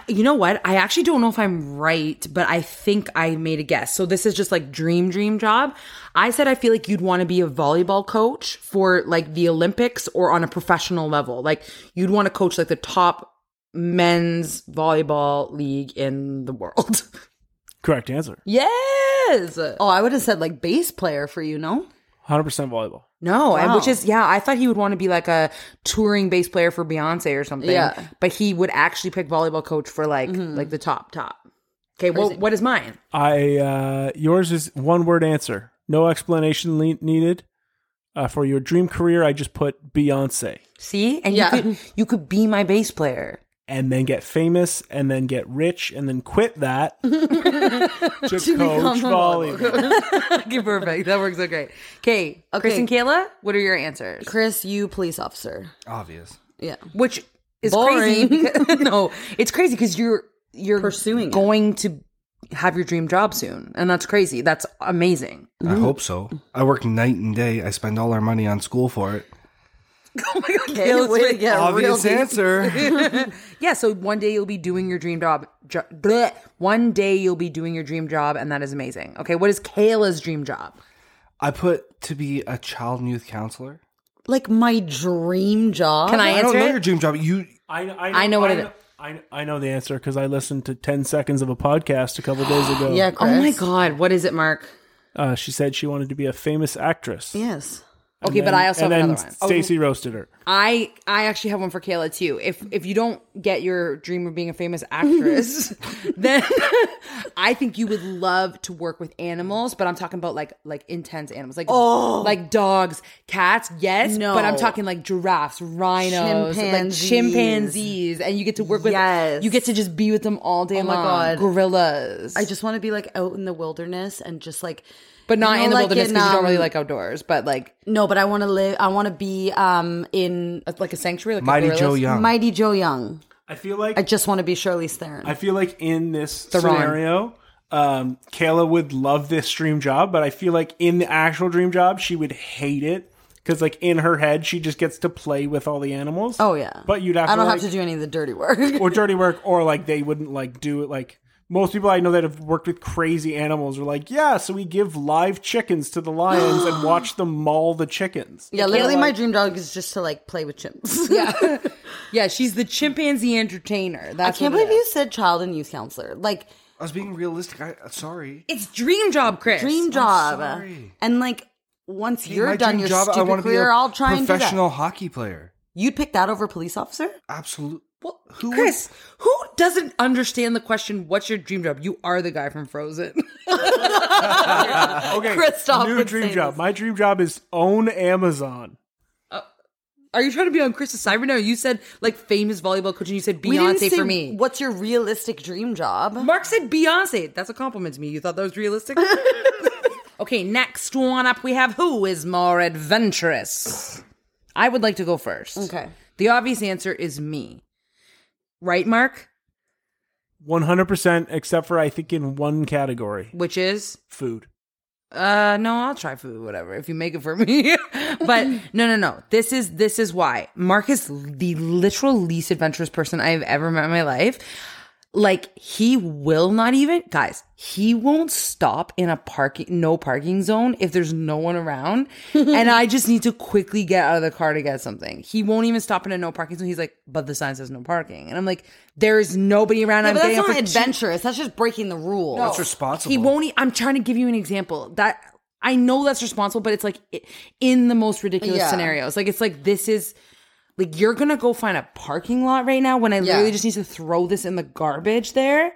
[SPEAKER 1] you know what? I actually don't know if I'm right, but I think I made a guess. So this is just like dream, dream job. I said I feel like you'd want to be a volleyball coach for like the Olympics or on a professional level. Like you'd want to coach like the top men's volleyball league in the world.
[SPEAKER 5] Correct answer.
[SPEAKER 1] yes.
[SPEAKER 3] Oh, I would have said like bass player for you, no?
[SPEAKER 5] Hundred percent volleyball.
[SPEAKER 1] No, and
[SPEAKER 3] Wow.
[SPEAKER 1] which is yeah, I thought he would want to be like a touring bass player for Beyonce or something.
[SPEAKER 3] Yeah. Mm-hmm.
[SPEAKER 1] but he would actually pick volleyball coach for like like the top top. Okay, well, what is mine?
[SPEAKER 5] I uh, yours is one word answer. No explanation le- needed. Uh, for your dream career, I just put Beyonce
[SPEAKER 1] See, and
[SPEAKER 3] Yeah.
[SPEAKER 1] you could you could be my bass player.
[SPEAKER 5] and then get famous and then get rich and then quit that to, coach volleyball.
[SPEAKER 1] okay, perfect. That works out great. Okay, Chris
[SPEAKER 3] Okay.
[SPEAKER 1] and Kayla, what are your answers?
[SPEAKER 3] Chris, you police officer.
[SPEAKER 4] Obvious.
[SPEAKER 3] Yeah.
[SPEAKER 1] Which is
[SPEAKER 3] Boring.
[SPEAKER 1] crazy. Because, no, it's crazy because you're you're
[SPEAKER 3] Pursuing it.
[SPEAKER 1] going to have your dream job soon, and that's crazy. That's amazing.
[SPEAKER 4] I hope so. I work night and day. I spend all our money on school for it.
[SPEAKER 1] Oh my god,
[SPEAKER 3] Okay,
[SPEAKER 1] Kayla's
[SPEAKER 3] way to
[SPEAKER 1] like-
[SPEAKER 3] get real
[SPEAKER 4] Obvious
[SPEAKER 3] deep.
[SPEAKER 4] answer.
[SPEAKER 1] Yeah, so one day you'll be doing your dream job. Jo- bleh. One day you'll be doing your dream job, and that is amazing. Okay, what is Kayla's dream job?
[SPEAKER 4] I put to be a child and youth counselor.
[SPEAKER 3] Like my dream job.
[SPEAKER 1] Can I
[SPEAKER 4] I don't
[SPEAKER 1] answer
[SPEAKER 4] know
[SPEAKER 1] it?
[SPEAKER 4] your dream job. You
[SPEAKER 5] I, I,
[SPEAKER 1] I know what it-
[SPEAKER 5] I, kn- I know the answer because I listened to ten seconds of a podcast a couple days ago.
[SPEAKER 3] Yeah,
[SPEAKER 1] oh
[SPEAKER 3] Chris.
[SPEAKER 1] my god, what is it, Mark?
[SPEAKER 5] uh, she said she wanted to be a famous actress.
[SPEAKER 3] Yes.
[SPEAKER 5] And
[SPEAKER 1] Okay, but
[SPEAKER 5] then-
[SPEAKER 1] I also
[SPEAKER 5] and
[SPEAKER 1] have
[SPEAKER 5] then
[SPEAKER 1] another one. Oh.
[SPEAKER 5] Stacey roasted her.
[SPEAKER 1] I I actually have one for Kayla too. If if you don't get your dream of being a famous actress, then I think you would love to work with animals, but I'm talking about like like intense animals, like like dogs, cats. Yes,
[SPEAKER 3] Oh. No.
[SPEAKER 1] but I'm talking like giraffes, rhinos,
[SPEAKER 3] Chimpanzees.
[SPEAKER 1] like chimpanzees, and you get to work with.
[SPEAKER 3] Yes. Oh
[SPEAKER 1] you get to just be with them all day
[SPEAKER 3] my
[SPEAKER 1] long.
[SPEAKER 3] God.
[SPEAKER 1] Gorillas,
[SPEAKER 3] I just want to be like out in the wilderness and just like.
[SPEAKER 1] but not
[SPEAKER 3] you know,
[SPEAKER 1] in the
[SPEAKER 3] like
[SPEAKER 1] wilderness because you don't
[SPEAKER 3] um,
[SPEAKER 1] really like outdoors. But like
[SPEAKER 3] No, but I want to live. I want to be um in
[SPEAKER 1] like a sanctuary, like a
[SPEAKER 4] Mighty
[SPEAKER 1] gorillas.
[SPEAKER 4] Joe Young.
[SPEAKER 3] Mighty Joe Young.
[SPEAKER 5] I feel like
[SPEAKER 3] I just want to be Shirley Theron.
[SPEAKER 5] I feel like in this
[SPEAKER 1] Ron.
[SPEAKER 5] scenario, um, Kayla would love this dream job, but I feel like in the actual dream job, she would hate it because, like, in her head, she just gets to play with all the animals.
[SPEAKER 3] oh yeah.
[SPEAKER 5] but you'd have
[SPEAKER 3] I don't
[SPEAKER 5] to,
[SPEAKER 3] have to
[SPEAKER 5] like-
[SPEAKER 3] do any of the dirty work.
[SPEAKER 5] or dirty work, or like they wouldn't like do it. Like most people I know that have worked with crazy animals are like, yeah, so we give live chickens to the lions and watch them maul the chickens.
[SPEAKER 3] yeah, literally, my dream dog is just to like play with chimps.
[SPEAKER 1] yeah, yeah. She's the chimpanzee entertainer.
[SPEAKER 3] I
[SPEAKER 1] That's
[SPEAKER 3] can't
[SPEAKER 1] what it
[SPEAKER 3] believe you
[SPEAKER 1] is.
[SPEAKER 3] said child and youth counselor. Like
[SPEAKER 4] I was being realistic. I sorry.
[SPEAKER 1] It's dream job, Chris.
[SPEAKER 3] dream job.
[SPEAKER 4] sorry.
[SPEAKER 3] And like once
[SPEAKER 4] Hey,
[SPEAKER 3] you're
[SPEAKER 4] my
[SPEAKER 3] done
[SPEAKER 4] dream
[SPEAKER 3] your
[SPEAKER 4] job, I
[SPEAKER 3] stupid
[SPEAKER 4] wanna be a
[SPEAKER 3] career, I'll try and do
[SPEAKER 4] professional
[SPEAKER 3] that.
[SPEAKER 4] hockey player.
[SPEAKER 3] You'd pick that over police officer?
[SPEAKER 4] Absolutely.
[SPEAKER 1] Well,
[SPEAKER 4] Who would-
[SPEAKER 1] Chris, who doesn't understand the question? What's your dream job? You are the guy from Frozen.
[SPEAKER 5] Okay,
[SPEAKER 3] Kristoff
[SPEAKER 5] new
[SPEAKER 3] would
[SPEAKER 5] dream
[SPEAKER 3] say
[SPEAKER 5] job.
[SPEAKER 3] this.
[SPEAKER 5] My dream job is own Amazon.
[SPEAKER 1] are you trying to be on Chris's side right now? You said like famous volleyball coach, and you said
[SPEAKER 3] We didn't
[SPEAKER 1] Beyonce
[SPEAKER 3] say
[SPEAKER 1] for me.
[SPEAKER 3] What's your realistic dream job?
[SPEAKER 1] Mark said Beyonce. That's a compliment to me. You thought that was realistic. okay, next one up, we have who is more adventurous. I would like to go first.
[SPEAKER 3] Okay.
[SPEAKER 1] The obvious answer is me. Right, Mark?
[SPEAKER 5] One hundred percent, except for I think in one category,
[SPEAKER 1] Which is
[SPEAKER 5] food.
[SPEAKER 1] Uh no, I'll try food, whatever, if you make it for me. but no, no, no. This is this is why. Mark is the literal least adventurous person I've ever met in my life. Like he will not even guys, he won't stop in a parking no parking zone if there's no one around. and I just need to quickly get out of the car to get something. He won't even stop in a no parking zone. He's like, but the sign says no parking. And I'm like, there is nobody around.
[SPEAKER 3] Yeah,
[SPEAKER 1] I'm
[SPEAKER 3] but that's
[SPEAKER 1] getting up
[SPEAKER 3] not
[SPEAKER 1] for two-
[SPEAKER 3] adventurous. That's just breaking the rules.
[SPEAKER 4] That's responsible.
[SPEAKER 1] he won't. E- I'm trying to give you an example that I know that's responsible, but it's like i- in the most ridiculous
[SPEAKER 3] Yeah.
[SPEAKER 1] scenarios. Like it's like this is like you're gonna go find a parking lot right now when I
[SPEAKER 3] Yeah.
[SPEAKER 1] literally just need to throw this in the garbage there.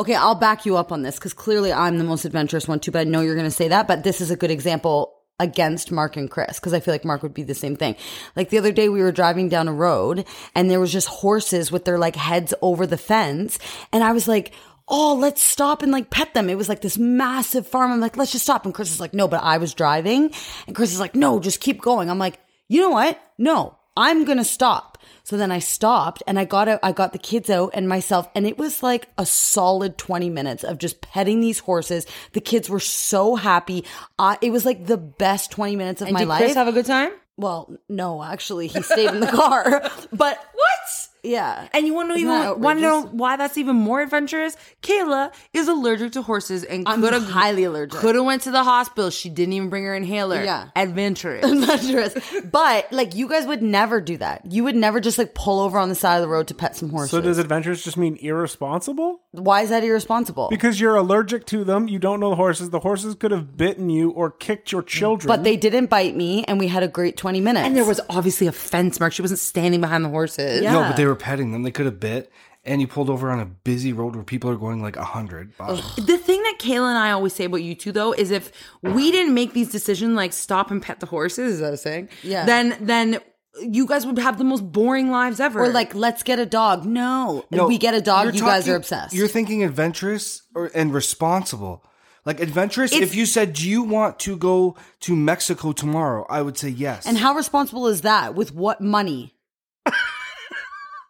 [SPEAKER 3] Okay, I'll back you up on this because clearly I'm the most adventurous one too, but I know you're going to say that. But this is a good example against Mark and Chris because I feel like Mark would be the same thing. Like the other day we were driving down a road and there was just horses with their like heads over the fence. And I was like, Oh, let's stop and like pet them. It was like this massive farm. I'm like, let's just stop. And Chris is like, no, but I was driving. And Chris is like, no, just keep going. I'm like, you know what? No, I'm gonna stop. So then I stopped and I got out, I got the kids out and myself, and it was like a solid 20 minutes of just petting these horses. The kids were so happy. Uh, it was like the best 20 minutes of
[SPEAKER 1] And
[SPEAKER 3] my
[SPEAKER 1] did
[SPEAKER 3] life.
[SPEAKER 1] Chris have a good time?
[SPEAKER 3] well, no, actually, he stayed in the car. But
[SPEAKER 1] What?
[SPEAKER 3] yeah.
[SPEAKER 1] And you want to
[SPEAKER 3] Isn't that
[SPEAKER 1] even want to know
[SPEAKER 3] outrageous?
[SPEAKER 1] why that's even more adventurous? Kayla is allergic to horses and
[SPEAKER 3] I'm
[SPEAKER 1] coulda-
[SPEAKER 3] highly allergic.
[SPEAKER 1] Coulda went to the hospital. She didn't even bring her inhaler.
[SPEAKER 3] Yeah.
[SPEAKER 1] adventurous.
[SPEAKER 3] adventurous. But like you guys would never do that. You would never just like pull over on the side of the road to pet some horses.
[SPEAKER 5] So does adventurous just mean irresponsible?
[SPEAKER 3] Why is that irresponsible?
[SPEAKER 5] Because you're allergic to them, you don't know the horses. The horses could have bitten you or kicked your children.
[SPEAKER 3] but they didn't bite me, and we had a great twenty minutes.
[SPEAKER 1] And there was obviously a fence mark. She wasn't standing behind the horses.
[SPEAKER 3] Yeah.
[SPEAKER 4] No, but they were petting them. They could have bit. And you pulled over on a busy road where people are going like 100. by.
[SPEAKER 1] The thing that Kayla and I always say about you two though is if we didn't make these decisions, like stop and pet the horses, as I was saying,
[SPEAKER 3] Yeah.
[SPEAKER 1] then then you guys would have the most boring lives ever.
[SPEAKER 3] or like, let's get a dog. No,
[SPEAKER 4] No,
[SPEAKER 3] we get a dog. You
[SPEAKER 4] you're
[SPEAKER 3] guys
[SPEAKER 4] talking-
[SPEAKER 3] are obsessed.
[SPEAKER 4] You're thinking adventurous or, and responsible. Like adventurous, if you said, "Do you want to go to Mexico tomorrow?" I would say yes.
[SPEAKER 3] and how responsible is that? With what money?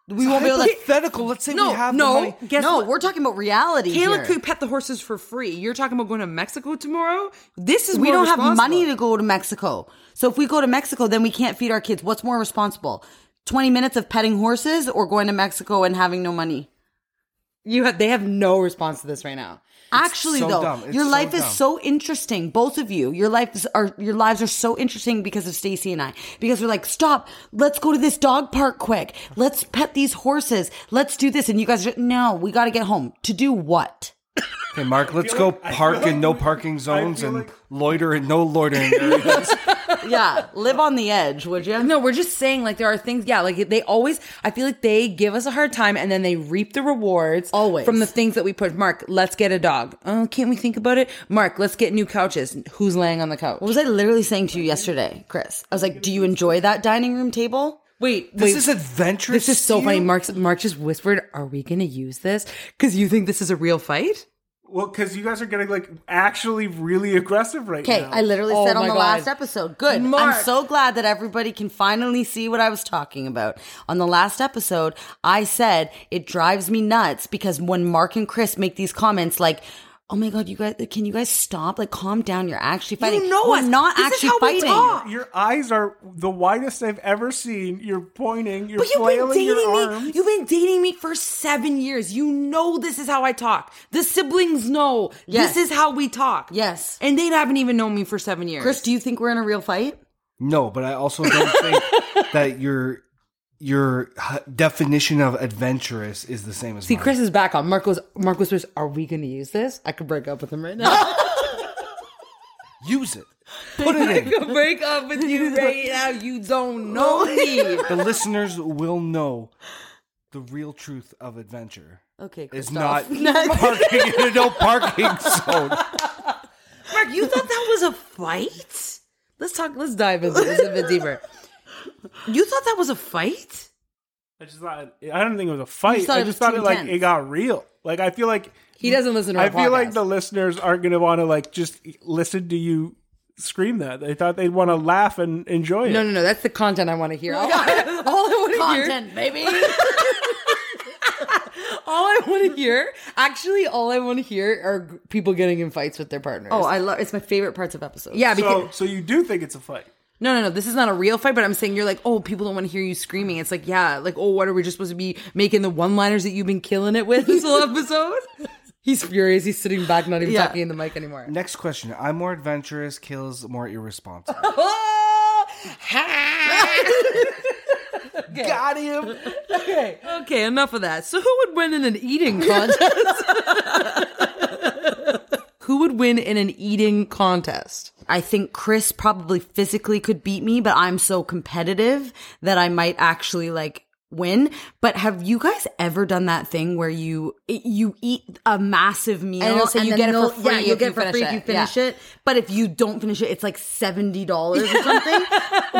[SPEAKER 3] we won't be able to.
[SPEAKER 4] hypothetical? Let's say
[SPEAKER 1] No,
[SPEAKER 4] we have
[SPEAKER 1] no.
[SPEAKER 4] the money.
[SPEAKER 1] Guess
[SPEAKER 3] no,
[SPEAKER 1] what?
[SPEAKER 3] we're talking about reality.
[SPEAKER 1] Kayla
[SPEAKER 3] here.
[SPEAKER 1] could pet the horses for free. You're talking about going to Mexico tomorrow. This is
[SPEAKER 3] we
[SPEAKER 1] more
[SPEAKER 3] don't have
[SPEAKER 1] responsible.
[SPEAKER 3] money to go to Mexico. So if we go to Mexico, then we can't feed our kids. What's more responsible? 20 minutes of petting horses or going to Mexico and having no money?
[SPEAKER 1] You have. They have no response to this right now.
[SPEAKER 3] Actually
[SPEAKER 4] so
[SPEAKER 3] though,
[SPEAKER 4] dumb. It's
[SPEAKER 3] your
[SPEAKER 4] so
[SPEAKER 3] life is
[SPEAKER 4] dumb.
[SPEAKER 3] so interesting, both of you. Your lives are your lives are so interesting because of Stacy and I. Because we're like, "Stop. Let's go to this dog park quick. Let's pet these horses. Let's do this." And you guys are no, we got to get home. To do what?
[SPEAKER 4] Okay, Mark, let's go park in no parking zones and loiter in no loitering areas.
[SPEAKER 3] Yeah, live on the edge, would you?
[SPEAKER 1] No, we're just saying like there are things. Yeah, like they always. I feel like they give us a hard time, and then they reap the rewards
[SPEAKER 3] Always.
[SPEAKER 1] from the things that we put. Mark, let's get a dog. Oh, can't we think about it? Mark, let's get new couches. Who's laying on the couch?
[SPEAKER 3] What was I literally saying to you yesterday, Chris? I was like, "Do you enjoy that dining room table?"
[SPEAKER 1] Wait,
[SPEAKER 4] This
[SPEAKER 1] wait.
[SPEAKER 4] is adventurous.
[SPEAKER 1] This is so
[SPEAKER 4] to
[SPEAKER 1] funny.
[SPEAKER 4] you?
[SPEAKER 1] Mark's, Mark just whispered, "Are we going to use this? Because you think this is a real fight?"
[SPEAKER 5] well, because you guys are getting like actually really aggressive right
[SPEAKER 3] Okay,
[SPEAKER 5] now.
[SPEAKER 3] I literally
[SPEAKER 1] Oh
[SPEAKER 3] said on
[SPEAKER 1] my
[SPEAKER 3] the
[SPEAKER 1] God.
[SPEAKER 3] last episode. Good.
[SPEAKER 1] Mark.
[SPEAKER 3] I'm so glad that everybody can finally see what I was talking about. On the last episode, I said it drives me nuts because when Mark and Chris make these comments like, "Oh my god, you guys, can you guys stop? Like, calm down. You're actually fighting.
[SPEAKER 1] know
[SPEAKER 3] We're
[SPEAKER 1] us.
[SPEAKER 3] not
[SPEAKER 1] This is
[SPEAKER 3] actually
[SPEAKER 1] how we
[SPEAKER 3] fighting.
[SPEAKER 1] talk.
[SPEAKER 5] your eyes are the widest I've ever seen. You're pointing. You're
[SPEAKER 1] But you've been
[SPEAKER 5] flailing your
[SPEAKER 1] dating me.
[SPEAKER 5] arms.
[SPEAKER 1] You've been dating me for seven years. You know this is how I talk. The siblings know
[SPEAKER 3] Yes.
[SPEAKER 1] this is how we talk.
[SPEAKER 3] Yes.
[SPEAKER 1] and they haven't even known me for seven years.
[SPEAKER 3] Chris, do you think we're in a real fight?
[SPEAKER 4] No, but I also don't think that your your h- definition of adventurous is the same as
[SPEAKER 1] See,
[SPEAKER 4] mine.
[SPEAKER 1] Chris is back on. Marcos, Marcos whispers, "Are we going to use this? I could break up with him right now.
[SPEAKER 4] Use it. Put it in.
[SPEAKER 1] break up with you right now. You don't know me."
[SPEAKER 4] The listeners will know the real truth of adventure.
[SPEAKER 3] Okay,
[SPEAKER 4] It's
[SPEAKER 3] Christoph.
[SPEAKER 4] not parking in a no parking zone.
[SPEAKER 1] Mark, you thought that was a fight? Let's talk. Let's dive into this a bit deeper. You thought that was a fight?
[SPEAKER 5] I just thought. I don't think it was a fight.
[SPEAKER 3] just thought
[SPEAKER 5] I
[SPEAKER 3] it
[SPEAKER 5] just
[SPEAKER 3] was
[SPEAKER 5] thought
[SPEAKER 3] too
[SPEAKER 5] it like
[SPEAKER 3] intense.
[SPEAKER 5] it got real. Like I feel like
[SPEAKER 1] He doesn't listen to our
[SPEAKER 5] I feel like
[SPEAKER 1] podcast.
[SPEAKER 5] the listeners aren't going to want to like just listen to you scream that. They thought they'd want to laugh and enjoy it.
[SPEAKER 1] No, no, no. That's the content I want to hear. All I, all I want to hear.
[SPEAKER 3] content, baby.
[SPEAKER 1] All I want to hear. Actually, all I want to hear are g- people getting in fights with their partners.
[SPEAKER 3] oh, I love. It's my favorite parts of episodes.
[SPEAKER 1] yeah. Because
[SPEAKER 5] So, so you do think it's a fight?
[SPEAKER 1] no, no, no. This is not a real fight. But I'm saying you're like, oh, people don't want to hear you screaming. It's like, yeah, like, oh, what are we just supposed to be making the one-liners that you've been killing it with this whole episode? He's furious. He's sitting back, not even
[SPEAKER 3] Yeah.
[SPEAKER 1] talking in the mic anymore.
[SPEAKER 4] Next question. I'm more adventurous. Kayla's more irresponsible.
[SPEAKER 1] Oh, Got him. Okay. Okay, enough of that. So who would win in an eating contest? who would win in an eating contest?
[SPEAKER 3] I think Chris probably physically could beat me, but I'm so competitive that I might actually like win. But have you guys ever done that thing where you you eat a massive meal
[SPEAKER 1] And
[SPEAKER 3] and,
[SPEAKER 1] it'll say
[SPEAKER 3] you
[SPEAKER 1] you
[SPEAKER 3] get it
[SPEAKER 1] know-
[SPEAKER 3] for free?
[SPEAKER 1] yeah, you'll
[SPEAKER 3] if
[SPEAKER 1] get
[SPEAKER 3] you
[SPEAKER 1] it for
[SPEAKER 3] finish
[SPEAKER 1] free if
[SPEAKER 3] it.
[SPEAKER 1] you finish
[SPEAKER 3] Yeah. But if you don't finish it, it's like seventy dollars or something.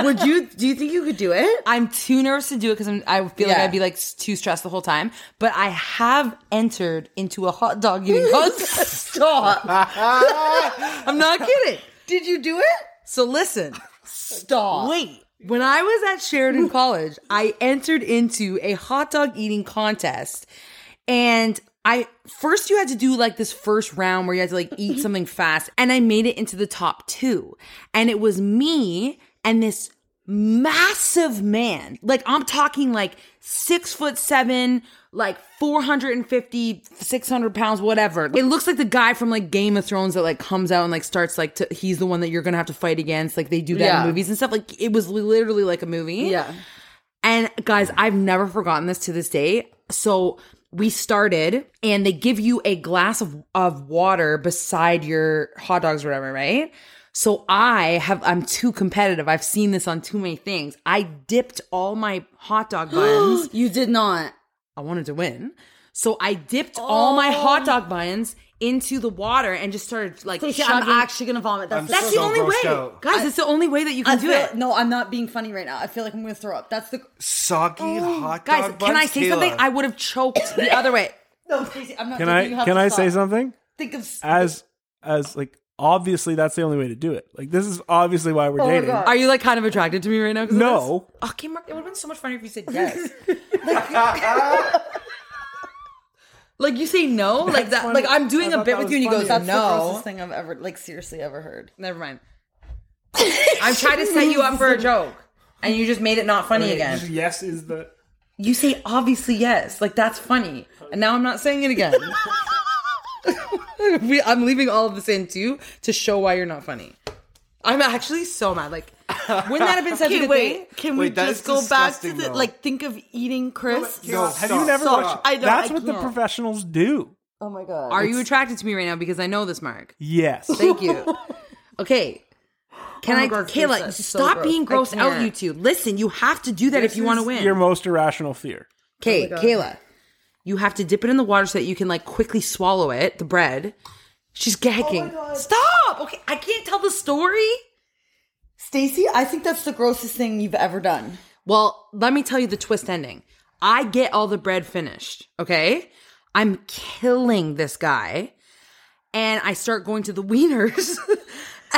[SPEAKER 3] Would you? Do you think you could do it?
[SPEAKER 2] I'm too nervous to do it because I feel like
[SPEAKER 1] Yeah.
[SPEAKER 2] I'd be like s- too stressed the whole time. But I have entered into a hot dog eating contest.
[SPEAKER 1] Stop. I'm not kidding. Did you do it? So listen. Stop. Wait. When I was at Sheridan College, I entered into a hot dog eating contest. And I first you had to do like this first round where you had to like eat something fast. And I made it into the top two. And it was me and this massive man. Like I'm talking like six foot seven, like 450, 600 pounds, whatever. It looks like the guy from like Game of Thrones that like comes out and like starts like to, he's the one that you're gonna have to fight against. Like they do that
[SPEAKER 3] Yeah.
[SPEAKER 1] in movies and stuff. Like it was literally like a movie. And guys, I've never forgotten this to this day. So we started and they give you a glass of, of water beside your hot dogs or whatever, right? So I have I'm too competitive. I've seen this on too many things. I dipped all my hot dog buns.
[SPEAKER 3] you did not.
[SPEAKER 1] I wanted to win. So I dipped all my hot dog buns into the water and just started like
[SPEAKER 3] Stacey, I'm
[SPEAKER 1] chugging.
[SPEAKER 3] actually gonna vomit. That's,
[SPEAKER 4] I'm
[SPEAKER 3] that's
[SPEAKER 4] so
[SPEAKER 3] the only.
[SPEAKER 4] grossed
[SPEAKER 1] way.
[SPEAKER 4] out.
[SPEAKER 1] Guys, it's the only way that you can
[SPEAKER 3] I
[SPEAKER 1] do
[SPEAKER 3] feel-
[SPEAKER 1] it.
[SPEAKER 3] No, I'm not being funny right now. I feel like I'm gonna throw up. That's the.
[SPEAKER 4] Soggy hot dog
[SPEAKER 1] Oh, Guys, can I
[SPEAKER 4] buns,
[SPEAKER 1] say
[SPEAKER 4] Kayla.
[SPEAKER 1] something? I would have choked the other way.
[SPEAKER 3] No, Stacey, I'm not.
[SPEAKER 5] Can
[SPEAKER 3] joking. You
[SPEAKER 5] I
[SPEAKER 3] have
[SPEAKER 5] can
[SPEAKER 3] to
[SPEAKER 5] I
[SPEAKER 3] stop.
[SPEAKER 5] say something?
[SPEAKER 3] Think of.
[SPEAKER 5] As as like obviously that's the only way to do it. Like this is obviously why
[SPEAKER 1] Oh
[SPEAKER 5] we're dating.
[SPEAKER 3] God.
[SPEAKER 1] Are you like kind of attracted to me right now? 'cause of
[SPEAKER 5] No.
[SPEAKER 1] this? Okay, Mark, Oh, it would have been so much funnier if you said yes. like you say no, like that. Like I'm doing a bit with you, and he goes
[SPEAKER 3] that's the
[SPEAKER 1] no.
[SPEAKER 3] grossest thing I've ever, like, seriously ever heard.
[SPEAKER 1] Never mind. I'm trying to set you up for a joke, and you just made it not funny again.
[SPEAKER 5] Yes is the
[SPEAKER 1] You say obviously yes, like that's funny, and now I'm not saying it again. we, I'm leaving all of this in too to show why you're not funny. I'm actually so mad. Like, wouldn't that have been such a
[SPEAKER 3] Okay,
[SPEAKER 1] good
[SPEAKER 3] wait.
[SPEAKER 1] thing?
[SPEAKER 3] Can
[SPEAKER 4] Wait,
[SPEAKER 3] we
[SPEAKER 4] that
[SPEAKER 3] just
[SPEAKER 4] is
[SPEAKER 3] go back to
[SPEAKER 4] disgusting,
[SPEAKER 3] the
[SPEAKER 4] though.
[SPEAKER 3] like? Think of eating Chris.
[SPEAKER 4] No,
[SPEAKER 3] sauce.
[SPEAKER 4] have
[SPEAKER 5] you never
[SPEAKER 3] Stop.
[SPEAKER 5] watched
[SPEAKER 3] I know,
[SPEAKER 5] That's
[SPEAKER 3] I
[SPEAKER 5] what the
[SPEAKER 3] can't.
[SPEAKER 5] professionals do.
[SPEAKER 3] Oh my god.
[SPEAKER 1] Are you attracted to me right now because I know this, Mark?
[SPEAKER 5] Yes.
[SPEAKER 1] Thank you. okay. Can
[SPEAKER 3] Oh my
[SPEAKER 1] I,
[SPEAKER 3] God,
[SPEAKER 1] Kayla,
[SPEAKER 3] Teresa, it's so
[SPEAKER 1] stop
[SPEAKER 3] gross.
[SPEAKER 1] being
[SPEAKER 3] I
[SPEAKER 1] gross out,
[SPEAKER 3] can't. Oh
[SPEAKER 1] you two. Listen, you have to do that if you want to win.
[SPEAKER 5] Your most irrational fear.
[SPEAKER 1] Okay, Kayla, you have to dip it in the water so that you can like quickly swallow it, the bread. She's
[SPEAKER 3] Oh
[SPEAKER 1] gagging. Stop! Okay, I can't tell the story.
[SPEAKER 3] Stacey, I think that's the grossest thing you've ever done.
[SPEAKER 1] Well, let me tell you the twist ending. I get all the bread finished, okay? I'm killing this guy. And I start going to the wieners.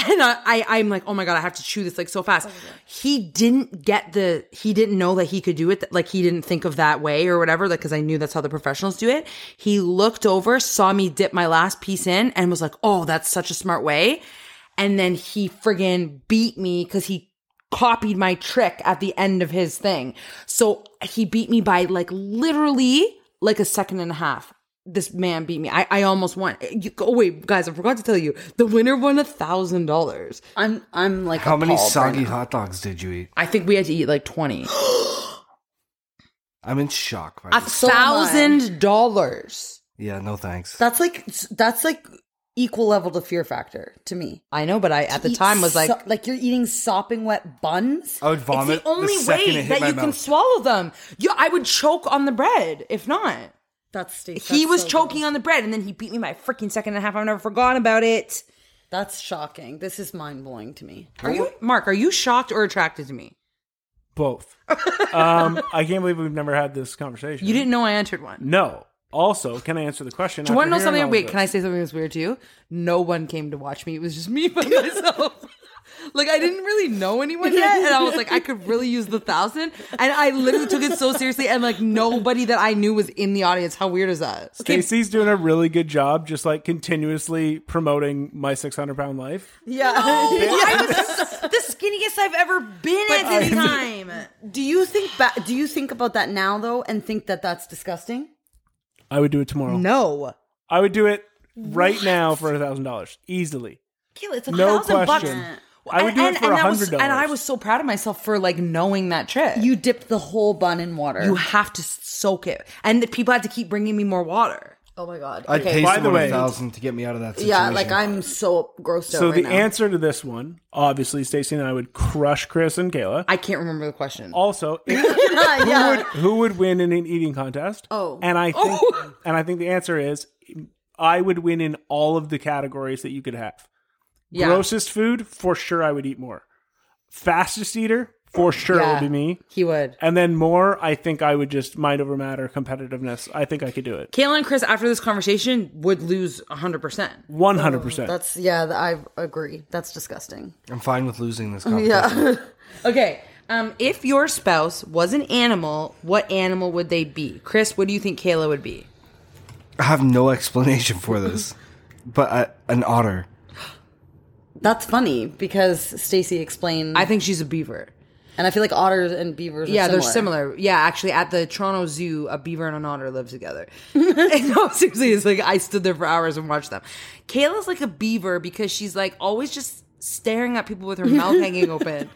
[SPEAKER 1] and I, I, I'm like, oh my God, I have to chew this like so fast. he didn't get the, he didn't know that he could do it. th- Like he didn't think of that way or whatever. Like, cause I knew that's how the professionals do it. He looked over, saw me dip my last piece in and was like, oh, that's such a smart way. And then he friggin' beat me because he copied my trick at the end of his thing. So he beat me by like literally like a second and a half. This man beat me. I, I almost won. You, oh wait, guys, I forgot to tell you. The winner won a thousand dollars.
[SPEAKER 3] I'm I'm like
[SPEAKER 4] How many
[SPEAKER 3] appalled
[SPEAKER 4] soggy
[SPEAKER 3] right now.
[SPEAKER 4] hot dogs did you eat?
[SPEAKER 1] I think we had to eat like twenty.
[SPEAKER 4] I'm in shock. By
[SPEAKER 1] A
[SPEAKER 4] this.
[SPEAKER 3] am I.
[SPEAKER 1] thousand dollars.
[SPEAKER 4] Yeah, no thanks.
[SPEAKER 3] That's like that's like equal level to fear factor to me.
[SPEAKER 1] I know, but I at the
[SPEAKER 3] Eat
[SPEAKER 1] time was like,
[SPEAKER 3] so- like you're eating sopping wet buns.
[SPEAKER 4] I would vomit.
[SPEAKER 1] it's the only
[SPEAKER 4] second
[SPEAKER 1] way
[SPEAKER 4] it hit
[SPEAKER 1] that
[SPEAKER 4] my
[SPEAKER 1] you
[SPEAKER 4] mouth.
[SPEAKER 1] can swallow them. You, I would choke on the bread if not.
[SPEAKER 3] That's Stacey.
[SPEAKER 1] he was choking on the bread, and then he beat me by a freaking second and a half. I've never forgotten about it.
[SPEAKER 3] That's shocking. This is mind blowing to me.
[SPEAKER 1] Are you Mark? Are you shocked or attracted to me?
[SPEAKER 5] Both. um, I can't believe we've never had this conversation.
[SPEAKER 1] You didn't know I entered one.
[SPEAKER 5] No. Also, can I answer the question?
[SPEAKER 1] Do you want to know something? Wait, can I say something that's weird to you? No one came to watch me. It was just me by myself. like I didn't really know anyone yet, and I was like, I could really use the thousand. And I literally took it so seriously, and like nobody that I knew was in the audience. How weird is that?
[SPEAKER 5] Casey's doing a really good job, just like continuously promoting my 600 pound life.
[SPEAKER 3] Yeah.
[SPEAKER 1] I was the skinniest I've ever been at this time.
[SPEAKER 3] do you think ba- do you think about that now though and think that that's disgusting?
[SPEAKER 5] I would do it tomorrow.
[SPEAKER 1] No,
[SPEAKER 5] I would do it right now for a thousand dollars easily.
[SPEAKER 1] Kayla, it's a
[SPEAKER 5] No
[SPEAKER 1] thousand bucks.
[SPEAKER 5] question. I would do it for a
[SPEAKER 1] that was-
[SPEAKER 5] hundred dollars.
[SPEAKER 1] And I was so proud of myself for like knowing that trick.
[SPEAKER 3] You dipped the whole bun in water.
[SPEAKER 1] You have to soak it. And the people had to keep bringing me more water.
[SPEAKER 3] oh my god.
[SPEAKER 4] I'd pay
[SPEAKER 5] By the
[SPEAKER 4] someone
[SPEAKER 5] way-
[SPEAKER 4] a thousand to get me out of that situation.
[SPEAKER 3] yeah, like I'm so grossed out
[SPEAKER 5] So
[SPEAKER 3] right
[SPEAKER 5] the
[SPEAKER 3] now.
[SPEAKER 5] answer to this one, obviously, Stacey and I would crush Chris and Kayla.
[SPEAKER 1] I can't remember the question.
[SPEAKER 5] Also, if-
[SPEAKER 3] yeah.
[SPEAKER 5] who would win in an eating contest?
[SPEAKER 3] Oh.
[SPEAKER 5] and I think and I think the answer is I would win in all of the categories that you could have.
[SPEAKER 1] yeah.
[SPEAKER 5] Grossest food, for sure, I would eat more. Fastest eater, for sure,
[SPEAKER 1] Yeah.
[SPEAKER 5] would be me.
[SPEAKER 1] He would.
[SPEAKER 5] And then more, I think I would just mind over matter competitiveness. I think I could do it.
[SPEAKER 1] Kayla and Chris, after this conversation, would lose 100%.
[SPEAKER 5] 100%.
[SPEAKER 3] That's yeah, th- I agree. That's disgusting.
[SPEAKER 4] I'm fine with losing this competition.
[SPEAKER 1] Okay. Um, if your spouse was an animal, what animal would they be? Chris, what do you think Kayla would be?
[SPEAKER 4] I have no explanation for this, but I, an otter.
[SPEAKER 3] That's funny because Stacy explained
[SPEAKER 1] I think she's a beaver.
[SPEAKER 3] and I feel like otters and beavers
[SPEAKER 1] Yeah,
[SPEAKER 3] are
[SPEAKER 1] they're similar. Yeah, actually, at the Toronto Zoo, a beaver and an otter live together. And no, seriously, it's like I stood there for hours and watched them. Kayla's like a beaver because she's like always just staring at people with her mouth hanging open.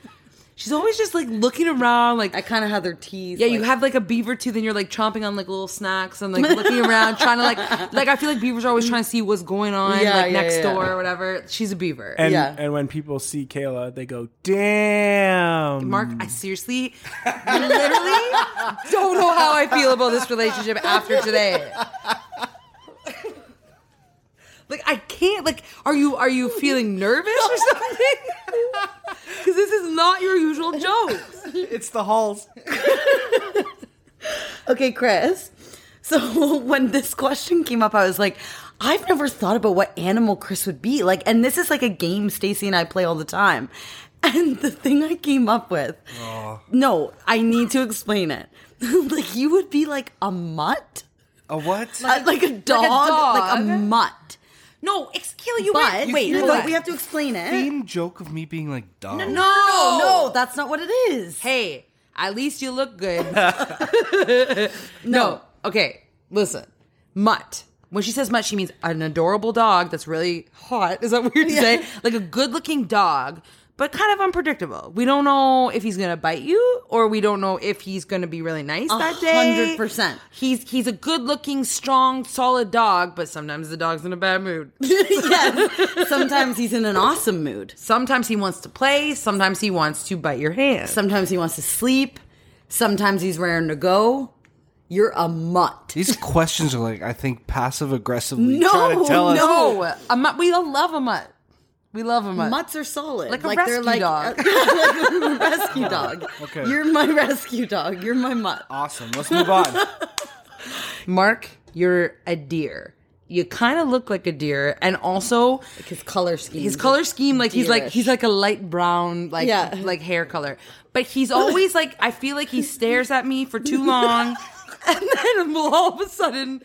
[SPEAKER 1] She's always just like looking around, like
[SPEAKER 3] I kind of had their teeth.
[SPEAKER 1] yeah, you have like a beaver tooth, and you're like chomping on like little snacks and like looking around, trying to like like I feel like beavers are always trying to see what's going on
[SPEAKER 3] Yeah,
[SPEAKER 1] like
[SPEAKER 3] yeah,
[SPEAKER 1] next
[SPEAKER 3] yeah.
[SPEAKER 1] door or whatever. She's a beaver.
[SPEAKER 5] And,
[SPEAKER 3] Yeah.
[SPEAKER 5] and when people see Kayla, they go, damn.
[SPEAKER 1] Mark, I seriously, literally don't know how I feel about this relationship after today. Like I can't. Like, are you are you feeling nervous or something? Because this is not your usual jokes.
[SPEAKER 4] It's the halls.
[SPEAKER 3] Okay, Chris. So when this question came up, I was like, I've never thought about what animal Chris would be. Like, and this is like a game Stacy and I play all the time. And the thing I came up with, no, I need to explain it. like, you would be like a mutt,
[SPEAKER 4] A what?
[SPEAKER 3] Uh, like, a dog, like a
[SPEAKER 1] dog?
[SPEAKER 3] mutt.
[SPEAKER 1] No, excuse you. wait,
[SPEAKER 3] But wait,
[SPEAKER 1] wait, hold
[SPEAKER 3] but
[SPEAKER 1] on.
[SPEAKER 3] we have to explain it.
[SPEAKER 4] Same joke of me being like dumb.
[SPEAKER 1] no, no,
[SPEAKER 3] No, that's not what it is.
[SPEAKER 1] Hey, at least you look good. no. Okay, listen. Mutt. When she says mutt, she means an adorable dog that's really hot. Is that weird to say? Like a good looking dog, but kind of unpredictable. We don't know if he's gonna bite you, or we don't know if he's gonna be really nice that day.
[SPEAKER 3] 100%.
[SPEAKER 1] He's he's a good looking, strong, solid dog, but sometimes the dog's in a bad mood.
[SPEAKER 3] yes. Sometimes he's in an awesome mood.
[SPEAKER 1] Sometimes he wants to play, sometimes he wants to bite your hand.
[SPEAKER 3] Sometimes he wants to sleep. Sometimes he's raring to go. You're a mutt.
[SPEAKER 4] These questions are like I think passive aggressively
[SPEAKER 3] No,
[SPEAKER 4] trying to tell us.
[SPEAKER 1] No, a mutt. We all love a mutt. We love a mutt.
[SPEAKER 3] Mutts are solid.
[SPEAKER 1] Like a rescue dog.
[SPEAKER 3] like a rescue dog.
[SPEAKER 4] Okay.
[SPEAKER 3] You're my rescue dog. You're my mutt.
[SPEAKER 4] Awesome. Let's move on.
[SPEAKER 1] Mark, you're a deer. You kind of look like a deer, and also
[SPEAKER 3] Like his color scheme.
[SPEAKER 1] his color scheme, like he's like
[SPEAKER 3] Deerish.
[SPEAKER 1] he's like a light brown, like
[SPEAKER 3] Yeah.
[SPEAKER 1] like hair color. But he's always like I feel like he stares at me for too long, and then we'll all of a sudden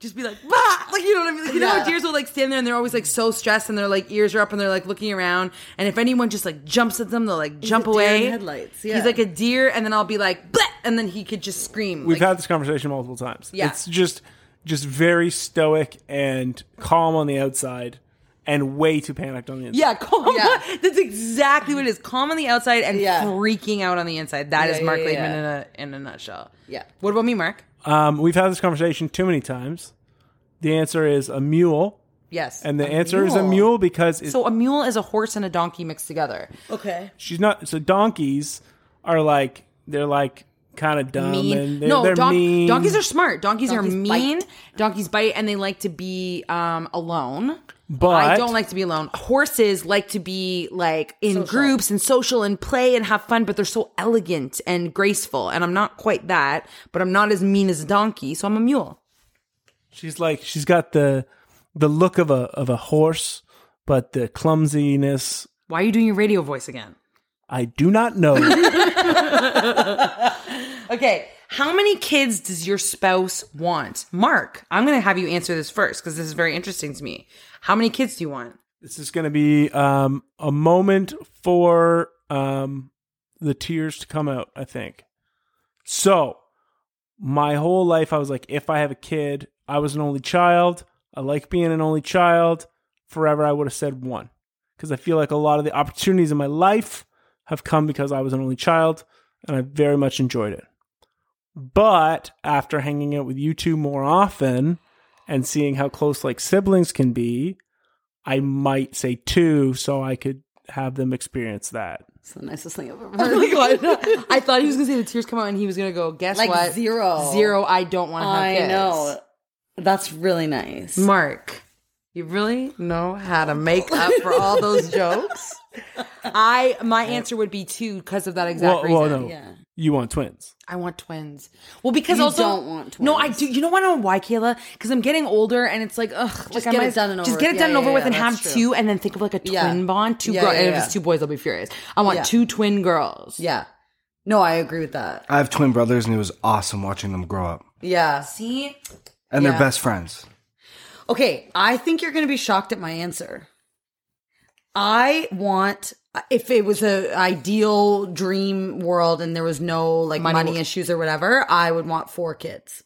[SPEAKER 1] just be like, bah! like you know what I mean? Like, you know how
[SPEAKER 3] Yeah.
[SPEAKER 1] deers will like stand there and they're always like so stressed and their like ears are up and they're like looking around, and if anyone just like jumps at them, they'll like jump
[SPEAKER 3] a deer in
[SPEAKER 1] away.
[SPEAKER 3] headlights, yeah.
[SPEAKER 1] He's like a deer, and then I'll be like, Bleh! and then he could just scream.
[SPEAKER 5] We've
[SPEAKER 1] like,
[SPEAKER 5] had this conversation multiple times.
[SPEAKER 1] Yeah.
[SPEAKER 5] It's just just very stoic and calm on the outside and way too panicked on the inside.
[SPEAKER 1] Yeah, calm.
[SPEAKER 3] Yeah.
[SPEAKER 1] That's exactly what it is. Calm on the outside and
[SPEAKER 3] Yeah.
[SPEAKER 1] freaking out on the inside. That is
[SPEAKER 3] Yeah,
[SPEAKER 1] Mark
[SPEAKER 3] yeah,
[SPEAKER 1] Laidman
[SPEAKER 3] yeah.
[SPEAKER 1] in a in a nutshell.
[SPEAKER 3] Yeah.
[SPEAKER 1] What about me, Mark?
[SPEAKER 5] Um, we've had this conversation too many times. The answer is a mule.
[SPEAKER 1] Yes.
[SPEAKER 5] And the answer is a mule because it's,
[SPEAKER 1] so a mule is a horse and a donkey mixed together.
[SPEAKER 3] Okay.
[SPEAKER 5] she's not. So donkeys are like, they're like kind of dumb and they're,
[SPEAKER 1] no,
[SPEAKER 5] they're
[SPEAKER 1] donk-
[SPEAKER 5] mean.
[SPEAKER 1] donkeys are smart. Donkeys, are
[SPEAKER 3] Donkeys
[SPEAKER 1] mean. Donkeys bite and they like to be um, alone.
[SPEAKER 5] But-
[SPEAKER 1] I don't like to be alone. Horses like to be like in groups and social and play and have fun, but they're so elegant and graceful. And I'm not quite that, but I'm not as mean as a donkey, so I'm a mule.
[SPEAKER 5] She's like she's got the the look of a of a horse, but the clumsiness
[SPEAKER 1] Why are you doing your radio voice again?
[SPEAKER 5] I do not know.
[SPEAKER 1] Okay. How many kids does your spouse want? Mark, I'm going to have you answer this first because this is very interesting to me. How many kids do you want?
[SPEAKER 5] this is going to be um, a moment for um, the tears to come out. I think. So, my whole life, I was like, if I have a kid, I was an only child. I like being an only child. Forever, I would have said one because I feel like a lot of the opportunities in my life have come because I was an only child, and I very much enjoyed it. But after hanging out with you two more often and seeing how close like siblings can be, I might say two so I could have them experience that.
[SPEAKER 3] It's the nicest thing I've ever
[SPEAKER 1] Oh
[SPEAKER 3] heard.
[SPEAKER 1] my God. I thought he was going to say the tears come out and he was going to go, guess
[SPEAKER 3] Like
[SPEAKER 1] what?
[SPEAKER 3] zero.
[SPEAKER 1] Zero. I don't want to have
[SPEAKER 3] I
[SPEAKER 1] kids.
[SPEAKER 3] know. That's really nice.
[SPEAKER 1] Mark, you really know how to make up for all those jokes? I my answer would be two because of that exact
[SPEAKER 5] Well,
[SPEAKER 1] reason.
[SPEAKER 5] well, no, you want twins.
[SPEAKER 1] I want twins. Well, because
[SPEAKER 3] You
[SPEAKER 1] also
[SPEAKER 3] don't want
[SPEAKER 1] No, I
[SPEAKER 3] twins.
[SPEAKER 1] do. You know what? I don't know why, Kayla. Because I'm getting older, and it's like, ugh, just like I
[SPEAKER 3] get
[SPEAKER 1] might
[SPEAKER 3] it
[SPEAKER 1] as-
[SPEAKER 3] done and
[SPEAKER 1] Just
[SPEAKER 3] over
[SPEAKER 1] get it
[SPEAKER 3] with.
[SPEAKER 1] done and
[SPEAKER 3] Yeah,
[SPEAKER 1] over
[SPEAKER 3] yeah,
[SPEAKER 1] with,
[SPEAKER 3] yeah,
[SPEAKER 1] and have
[SPEAKER 3] that's true.
[SPEAKER 1] two, and then think of like a twin
[SPEAKER 3] Yeah.
[SPEAKER 1] bond, two
[SPEAKER 3] Yeah,
[SPEAKER 1] girls.
[SPEAKER 3] yeah,
[SPEAKER 1] And if
[SPEAKER 3] yeah.
[SPEAKER 1] it's two boys, I'll be furious. I want
[SPEAKER 3] Yeah.
[SPEAKER 1] two twin girls.
[SPEAKER 3] Yeah. No, I agree with that.
[SPEAKER 4] I have twin brothers, and it was awesome watching them grow up,
[SPEAKER 3] Yeah.
[SPEAKER 1] See,
[SPEAKER 4] and
[SPEAKER 3] Yeah.
[SPEAKER 4] they're best friends.
[SPEAKER 3] Okay, I think you're going to be shocked at my answer. I want if it was a ideal dream world and there was no like money,
[SPEAKER 1] Money-
[SPEAKER 3] issues or whatever, I would want four kids.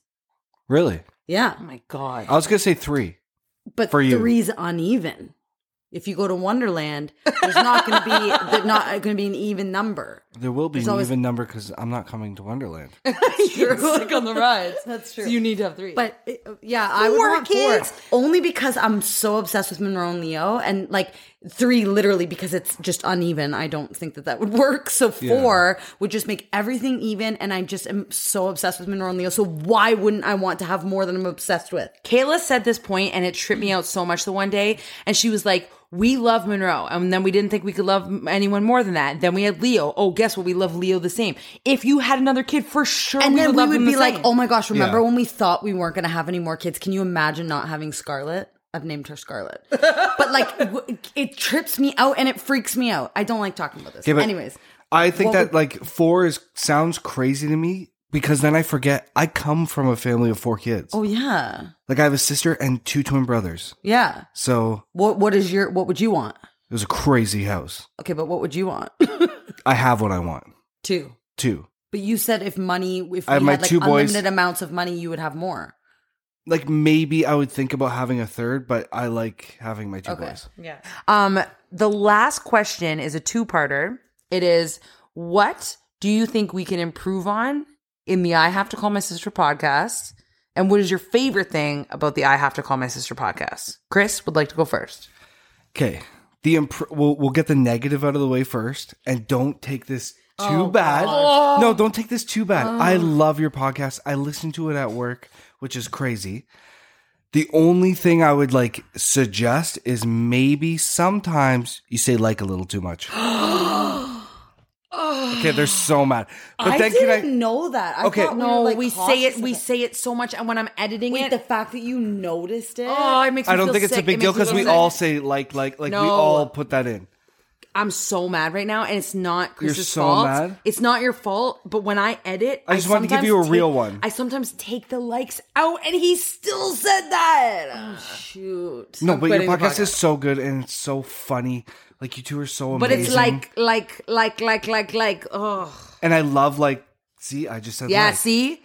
[SPEAKER 4] Really?
[SPEAKER 3] Yeah,
[SPEAKER 1] oh my god.
[SPEAKER 4] I was gonna say three.
[SPEAKER 3] but
[SPEAKER 4] For you.
[SPEAKER 3] three's uneven. If you go to Wonderland, there's not going to be there's not going to be an even number.
[SPEAKER 4] There will be an
[SPEAKER 3] always-
[SPEAKER 4] even number because I'm not coming to Wonderland.
[SPEAKER 3] You're sick on the rides. That's true.
[SPEAKER 1] You need to have three.
[SPEAKER 3] But uh, yeah, I would
[SPEAKER 1] Four
[SPEAKER 3] want
[SPEAKER 1] kids?
[SPEAKER 3] four only because I'm so obsessed with Monroe and Leo, and like three literally because it's just uneven. I don't think that that would work. So four would just make everything even, and I just am so obsessed with Monroe and Leo. So why wouldn't I want to have more than I'm obsessed with?
[SPEAKER 1] Kayla said this point and it tripped me out so much the one day. And she was like, we love Monroe. And then we didn't think we could love anyone more than that. Then we had Leo. Oh, guess what? We love Leo the same. If you had another kid, for sure
[SPEAKER 3] And
[SPEAKER 1] we
[SPEAKER 3] then
[SPEAKER 1] would
[SPEAKER 3] we
[SPEAKER 1] love him
[SPEAKER 3] would
[SPEAKER 1] the
[SPEAKER 3] be like,
[SPEAKER 1] same.
[SPEAKER 3] oh my gosh, remember
[SPEAKER 4] Yeah.
[SPEAKER 3] when we thought we weren't going to have any more kids? Can you imagine not having Scarlett? I've named her Scarlett. but like, w- it trips me out and it freaks me out. I don't like talking about this.
[SPEAKER 4] Okay, but
[SPEAKER 3] Anyways.
[SPEAKER 4] I think
[SPEAKER 3] what
[SPEAKER 4] that
[SPEAKER 3] would-
[SPEAKER 4] like four is sounds crazy to me because then I forget I come from a family of four kids.
[SPEAKER 3] Oh, yeah.
[SPEAKER 4] Like I have a sister and two twin brothers.
[SPEAKER 3] Yeah.
[SPEAKER 4] So
[SPEAKER 3] What what is your what would you want?
[SPEAKER 4] it was a crazy house.
[SPEAKER 3] Okay, but what would you want?
[SPEAKER 4] I have what I want.
[SPEAKER 3] two.
[SPEAKER 4] Two.
[SPEAKER 3] But you said if money if we
[SPEAKER 4] I have my
[SPEAKER 3] had like
[SPEAKER 4] two boys.
[SPEAKER 3] unlimited amounts of money you would have more.
[SPEAKER 4] Like maybe I would think about having a third, but I like having my two boys.
[SPEAKER 1] Um, the last question is a two parter. It is, what do you think we can improve on in the I Have to Call My Sister podcast? And what is your favorite thing about the I Have to Call My Sister podcast? Chris would like to go first.
[SPEAKER 4] Okay. The imp- we'll, we'll get the negative out of the way first, and don't take this
[SPEAKER 1] Oh,
[SPEAKER 4] too bad. No, don't take this too bad. I love your podcast. I listen to it at work, which is crazy. The only thing I would like suggest is maybe sometimes you say like a little too much. okay, they're so mad. But
[SPEAKER 3] I
[SPEAKER 4] then
[SPEAKER 3] didn't
[SPEAKER 4] can I?
[SPEAKER 3] know that. I
[SPEAKER 4] Okay.
[SPEAKER 3] thought
[SPEAKER 1] No,
[SPEAKER 3] we, were, like,
[SPEAKER 1] we say it.
[SPEAKER 3] cautious
[SPEAKER 1] We
[SPEAKER 3] of
[SPEAKER 1] say it so much, and when I'm editing
[SPEAKER 3] Wait,
[SPEAKER 1] it,
[SPEAKER 3] the fact that you noticed it.
[SPEAKER 1] oh, it makes. Me
[SPEAKER 4] I don't
[SPEAKER 1] feel
[SPEAKER 4] think it's a
[SPEAKER 1] sick. It
[SPEAKER 4] big deal
[SPEAKER 1] makes
[SPEAKER 4] because
[SPEAKER 1] me
[SPEAKER 4] we
[SPEAKER 1] feel
[SPEAKER 4] all
[SPEAKER 1] sick.
[SPEAKER 4] say like, like, like we
[SPEAKER 1] No.
[SPEAKER 4] all put that in.
[SPEAKER 1] I'm so mad right now, and it's not Chris's
[SPEAKER 4] so
[SPEAKER 1] fault.
[SPEAKER 4] mad?
[SPEAKER 1] It's not your fault, but when I edit,
[SPEAKER 4] I just wanted to give you a
[SPEAKER 1] sometimes
[SPEAKER 4] real
[SPEAKER 1] take-
[SPEAKER 4] one.
[SPEAKER 1] I sometimes take the likes out, and he still said that.
[SPEAKER 3] shoot.
[SPEAKER 4] No, but your
[SPEAKER 1] quitting the
[SPEAKER 4] podcast,
[SPEAKER 1] podcast.
[SPEAKER 4] is so good and it's so funny. Like you two are so amazing.
[SPEAKER 1] But it's like, like, like, like, like, like. Oh,
[SPEAKER 4] and I love like. See, I just said
[SPEAKER 1] yeah.
[SPEAKER 4] like.
[SPEAKER 1] See,
[SPEAKER 4] I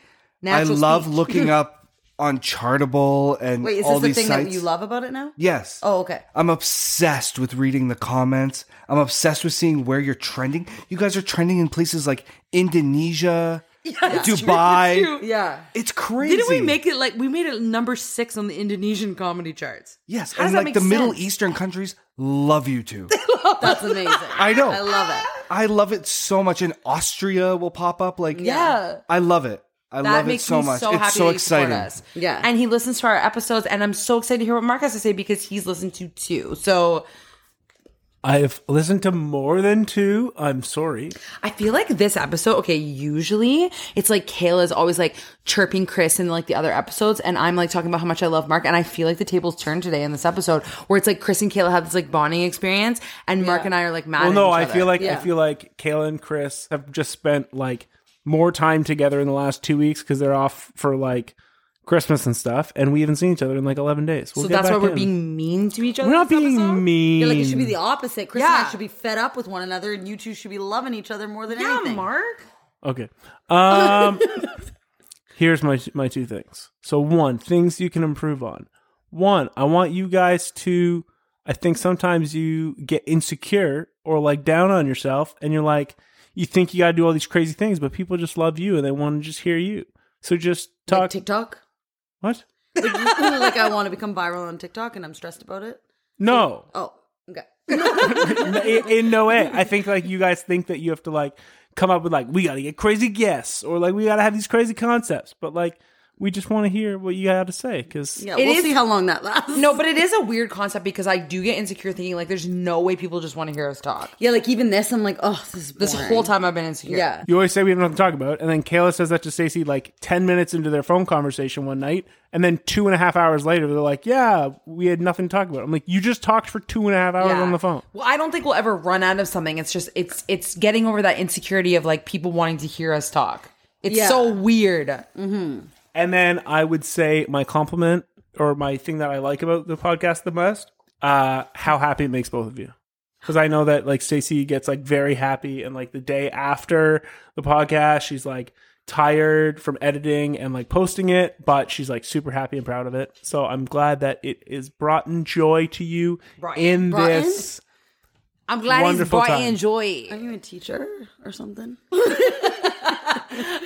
[SPEAKER 1] Natural
[SPEAKER 4] love
[SPEAKER 1] speech.
[SPEAKER 4] looking up on Chartable and
[SPEAKER 3] Wait, is
[SPEAKER 4] all
[SPEAKER 3] this the
[SPEAKER 4] these
[SPEAKER 3] thing
[SPEAKER 4] sites.
[SPEAKER 3] that you love about it now?
[SPEAKER 4] Yes.
[SPEAKER 3] Oh, okay.
[SPEAKER 4] I'm obsessed with reading the comments. I'm obsessed with seeing where you're trending. You guys are trending in places like Indonesia, Dubai.
[SPEAKER 3] Yeah.
[SPEAKER 4] It's crazy.
[SPEAKER 1] Didn't we make it like we made it number six on the Indonesian comedy charts?
[SPEAKER 4] Yes,
[SPEAKER 1] How does
[SPEAKER 4] and
[SPEAKER 1] that make
[SPEAKER 4] like the Middle
[SPEAKER 1] sense?
[SPEAKER 4] Eastern countries love you two.
[SPEAKER 3] That's amazing.
[SPEAKER 4] I know.
[SPEAKER 3] I love it.
[SPEAKER 4] I love it so much. And Austria will pop up. Like,
[SPEAKER 1] Yeah.
[SPEAKER 4] I love it. I
[SPEAKER 1] That
[SPEAKER 4] love
[SPEAKER 1] makes
[SPEAKER 4] it so
[SPEAKER 1] me
[SPEAKER 4] much.
[SPEAKER 1] so
[SPEAKER 4] it's
[SPEAKER 1] happy
[SPEAKER 4] so
[SPEAKER 1] that you support
[SPEAKER 4] exciting.
[SPEAKER 1] us.
[SPEAKER 3] Yeah.
[SPEAKER 1] and he listens to our episodes, and I'm so excited to hear what Mark has to say because he's listened to two. So
[SPEAKER 5] I've listened to more than two. I'm sorry.
[SPEAKER 1] I feel like this episode. Okay, usually it's like Kayla's always like chirping Chris in like the other episodes, and I'm like talking about how much I love Mark, and I feel like the tables turned today in this episode where it's like Chris and Kayla have this like bonding experience, and Mark and I are like mad.
[SPEAKER 5] Well,
[SPEAKER 1] at
[SPEAKER 5] no,
[SPEAKER 1] each
[SPEAKER 5] I
[SPEAKER 1] other.
[SPEAKER 5] feel like I feel like Kayla and Chris have just spent like more time together in the last two weeks because they're off for like Christmas and stuff, and we haven't seen each other in like eleven days. We'll
[SPEAKER 1] so.
[SPEAKER 5] get
[SPEAKER 1] That's why
[SPEAKER 5] back
[SPEAKER 1] we're
[SPEAKER 5] in.
[SPEAKER 1] being mean to each other.
[SPEAKER 5] we're not
[SPEAKER 1] this
[SPEAKER 5] being
[SPEAKER 1] episode?
[SPEAKER 5] mean.
[SPEAKER 3] Yeah, like it should be the opposite. Chris and
[SPEAKER 1] Yeah.
[SPEAKER 3] I should be fed up with one another, and you two should be loving each other more than
[SPEAKER 1] Yeah,
[SPEAKER 3] anything.
[SPEAKER 1] Mark.
[SPEAKER 5] Okay. Um Here's my my two things. So one, things you can improve on. One, I want you guys to I think sometimes you get insecure or like down on yourself and you're like you think you got to do all these crazy things, but people just love you and they want to just hear you. So just talk
[SPEAKER 3] Like TikTok.
[SPEAKER 5] what?
[SPEAKER 3] like I want to become viral on TikTok, and I'm stressed about it.
[SPEAKER 5] No.
[SPEAKER 3] Oh, okay.
[SPEAKER 5] in, in no way. I think like you guys think that you have to like come up with like we got to get crazy guests or like we got to have these crazy concepts, but like we just want to hear what you got to say cuz
[SPEAKER 3] Yeah,
[SPEAKER 1] It
[SPEAKER 3] we'll
[SPEAKER 1] is-
[SPEAKER 3] see how long that lasts.
[SPEAKER 1] No, but it is a weird concept because I do get insecure thinking like there's no way people just want to hear us talk.
[SPEAKER 3] Yeah, like even this, I'm like, oh, this is
[SPEAKER 1] This
[SPEAKER 3] boring.
[SPEAKER 1] whole time I've been insecure.
[SPEAKER 3] Yeah.
[SPEAKER 5] You always say we have nothing to talk about, and then Kayla says that to Stacey like ten minutes into their phone conversation one night, and then two and a half hours later they're like, "Yeah, we had nothing to talk about." I'm like, "You just talked for two and a half hours
[SPEAKER 1] Yeah.
[SPEAKER 5] on the phone."
[SPEAKER 1] Well, I don't think we'll ever run out of something. It's just it's it's getting over that insecurity of like people wanting to hear us talk. It's
[SPEAKER 3] Yeah.
[SPEAKER 1] so weird.
[SPEAKER 5] And then I would say my compliment or my thing that I like about the podcast the most, uh, how happy it makes both of you. Because I know that like Stacey gets like very happy, and like the day after the podcast, she's like tired from editing and like posting it, but she's like super happy and proud of it. So I'm glad that it is brought in joy to you in
[SPEAKER 1] Brought in?
[SPEAKER 5] this.
[SPEAKER 1] I'm glad he's
[SPEAKER 5] Wonderful
[SPEAKER 1] brought
[SPEAKER 5] time.
[SPEAKER 1] in joy.
[SPEAKER 3] Are you a teacher or something?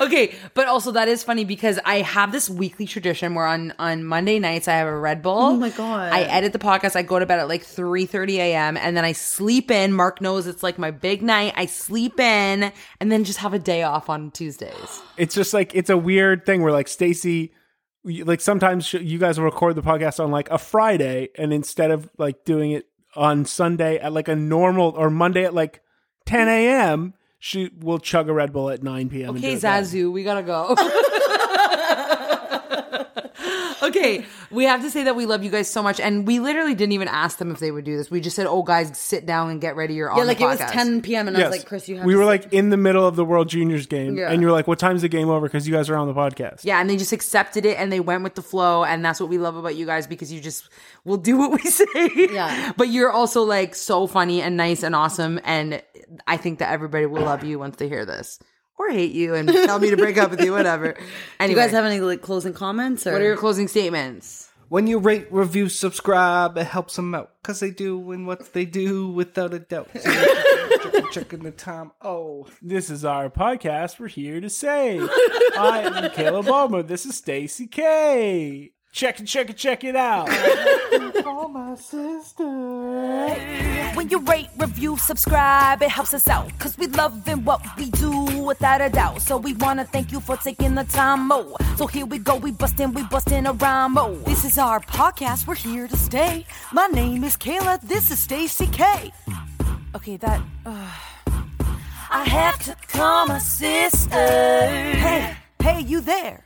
[SPEAKER 1] Okay, but also that is funny because I have this weekly tradition where on on Monday nights I have a Red Bull. Oh
[SPEAKER 3] my God.
[SPEAKER 1] I edit the podcast. I go to bed at like three thirty a.m. and then I sleep in. Mark knows it's like my big night. I sleep in and then just have a day off on Tuesdays.
[SPEAKER 5] It's just like it's a weird thing where like Stacy you- like sometimes sh- you guys will record the podcast on like a Friday and instead of like doing it on Sunday at like a normal or Monday at like 10 a.m., she will chug a Red Bull at 9 p.m. and
[SPEAKER 1] Okay,
[SPEAKER 5] do it then.
[SPEAKER 1] Zazu, we gotta go. okay, we have to say that we love you guys so much, and we literally didn't even ask them if they would do this. We just said, "Oh, guys, sit down and get ready. You're on."
[SPEAKER 3] Yeah, like
[SPEAKER 1] the
[SPEAKER 3] it was
[SPEAKER 1] podcast."
[SPEAKER 3] 10 p.m. and I
[SPEAKER 5] Yes.
[SPEAKER 3] was like, Chris, you have.
[SPEAKER 5] we
[SPEAKER 3] to
[SPEAKER 5] were
[SPEAKER 3] sit-
[SPEAKER 5] like in the middle of the World Juniors game,
[SPEAKER 3] Yeah.
[SPEAKER 5] and you were like, "What time's the game over?" Because you guys are on the podcast.
[SPEAKER 1] Yeah, and they just accepted it and they went with the flow, and that's what we love about you guys because you just will do what we say.
[SPEAKER 3] Yeah.
[SPEAKER 1] but you're also like so funny and nice and awesome, and I think that everybody will love you once they hear this or hate you and tell me to break up with you, whatever.
[SPEAKER 3] Do
[SPEAKER 1] Anyway,
[SPEAKER 3] you guys have any like closing comments or?
[SPEAKER 1] what are your closing statements?
[SPEAKER 4] When you rate, review, subscribe, it helps them out because they do and what they do without a doubt. Checking the time. Oh,
[SPEAKER 5] This is our podcast. We're here to say, I am Caleb Ballmer. This is Stacy K. Check it, check it, check it out. Call my sister.
[SPEAKER 7] When you rate, review, subscribe, it helps us out. Cause we love in what we do without a doubt. So we wanna thank you for taking the time, oh. So here we go, we bustin', we bustin' a rhyme, oh. This is our podcast, we're here to stay. My name is Kayla, this is Stacy K. Okay, that. ugh. I have to call my sister. Hey, hey, you there.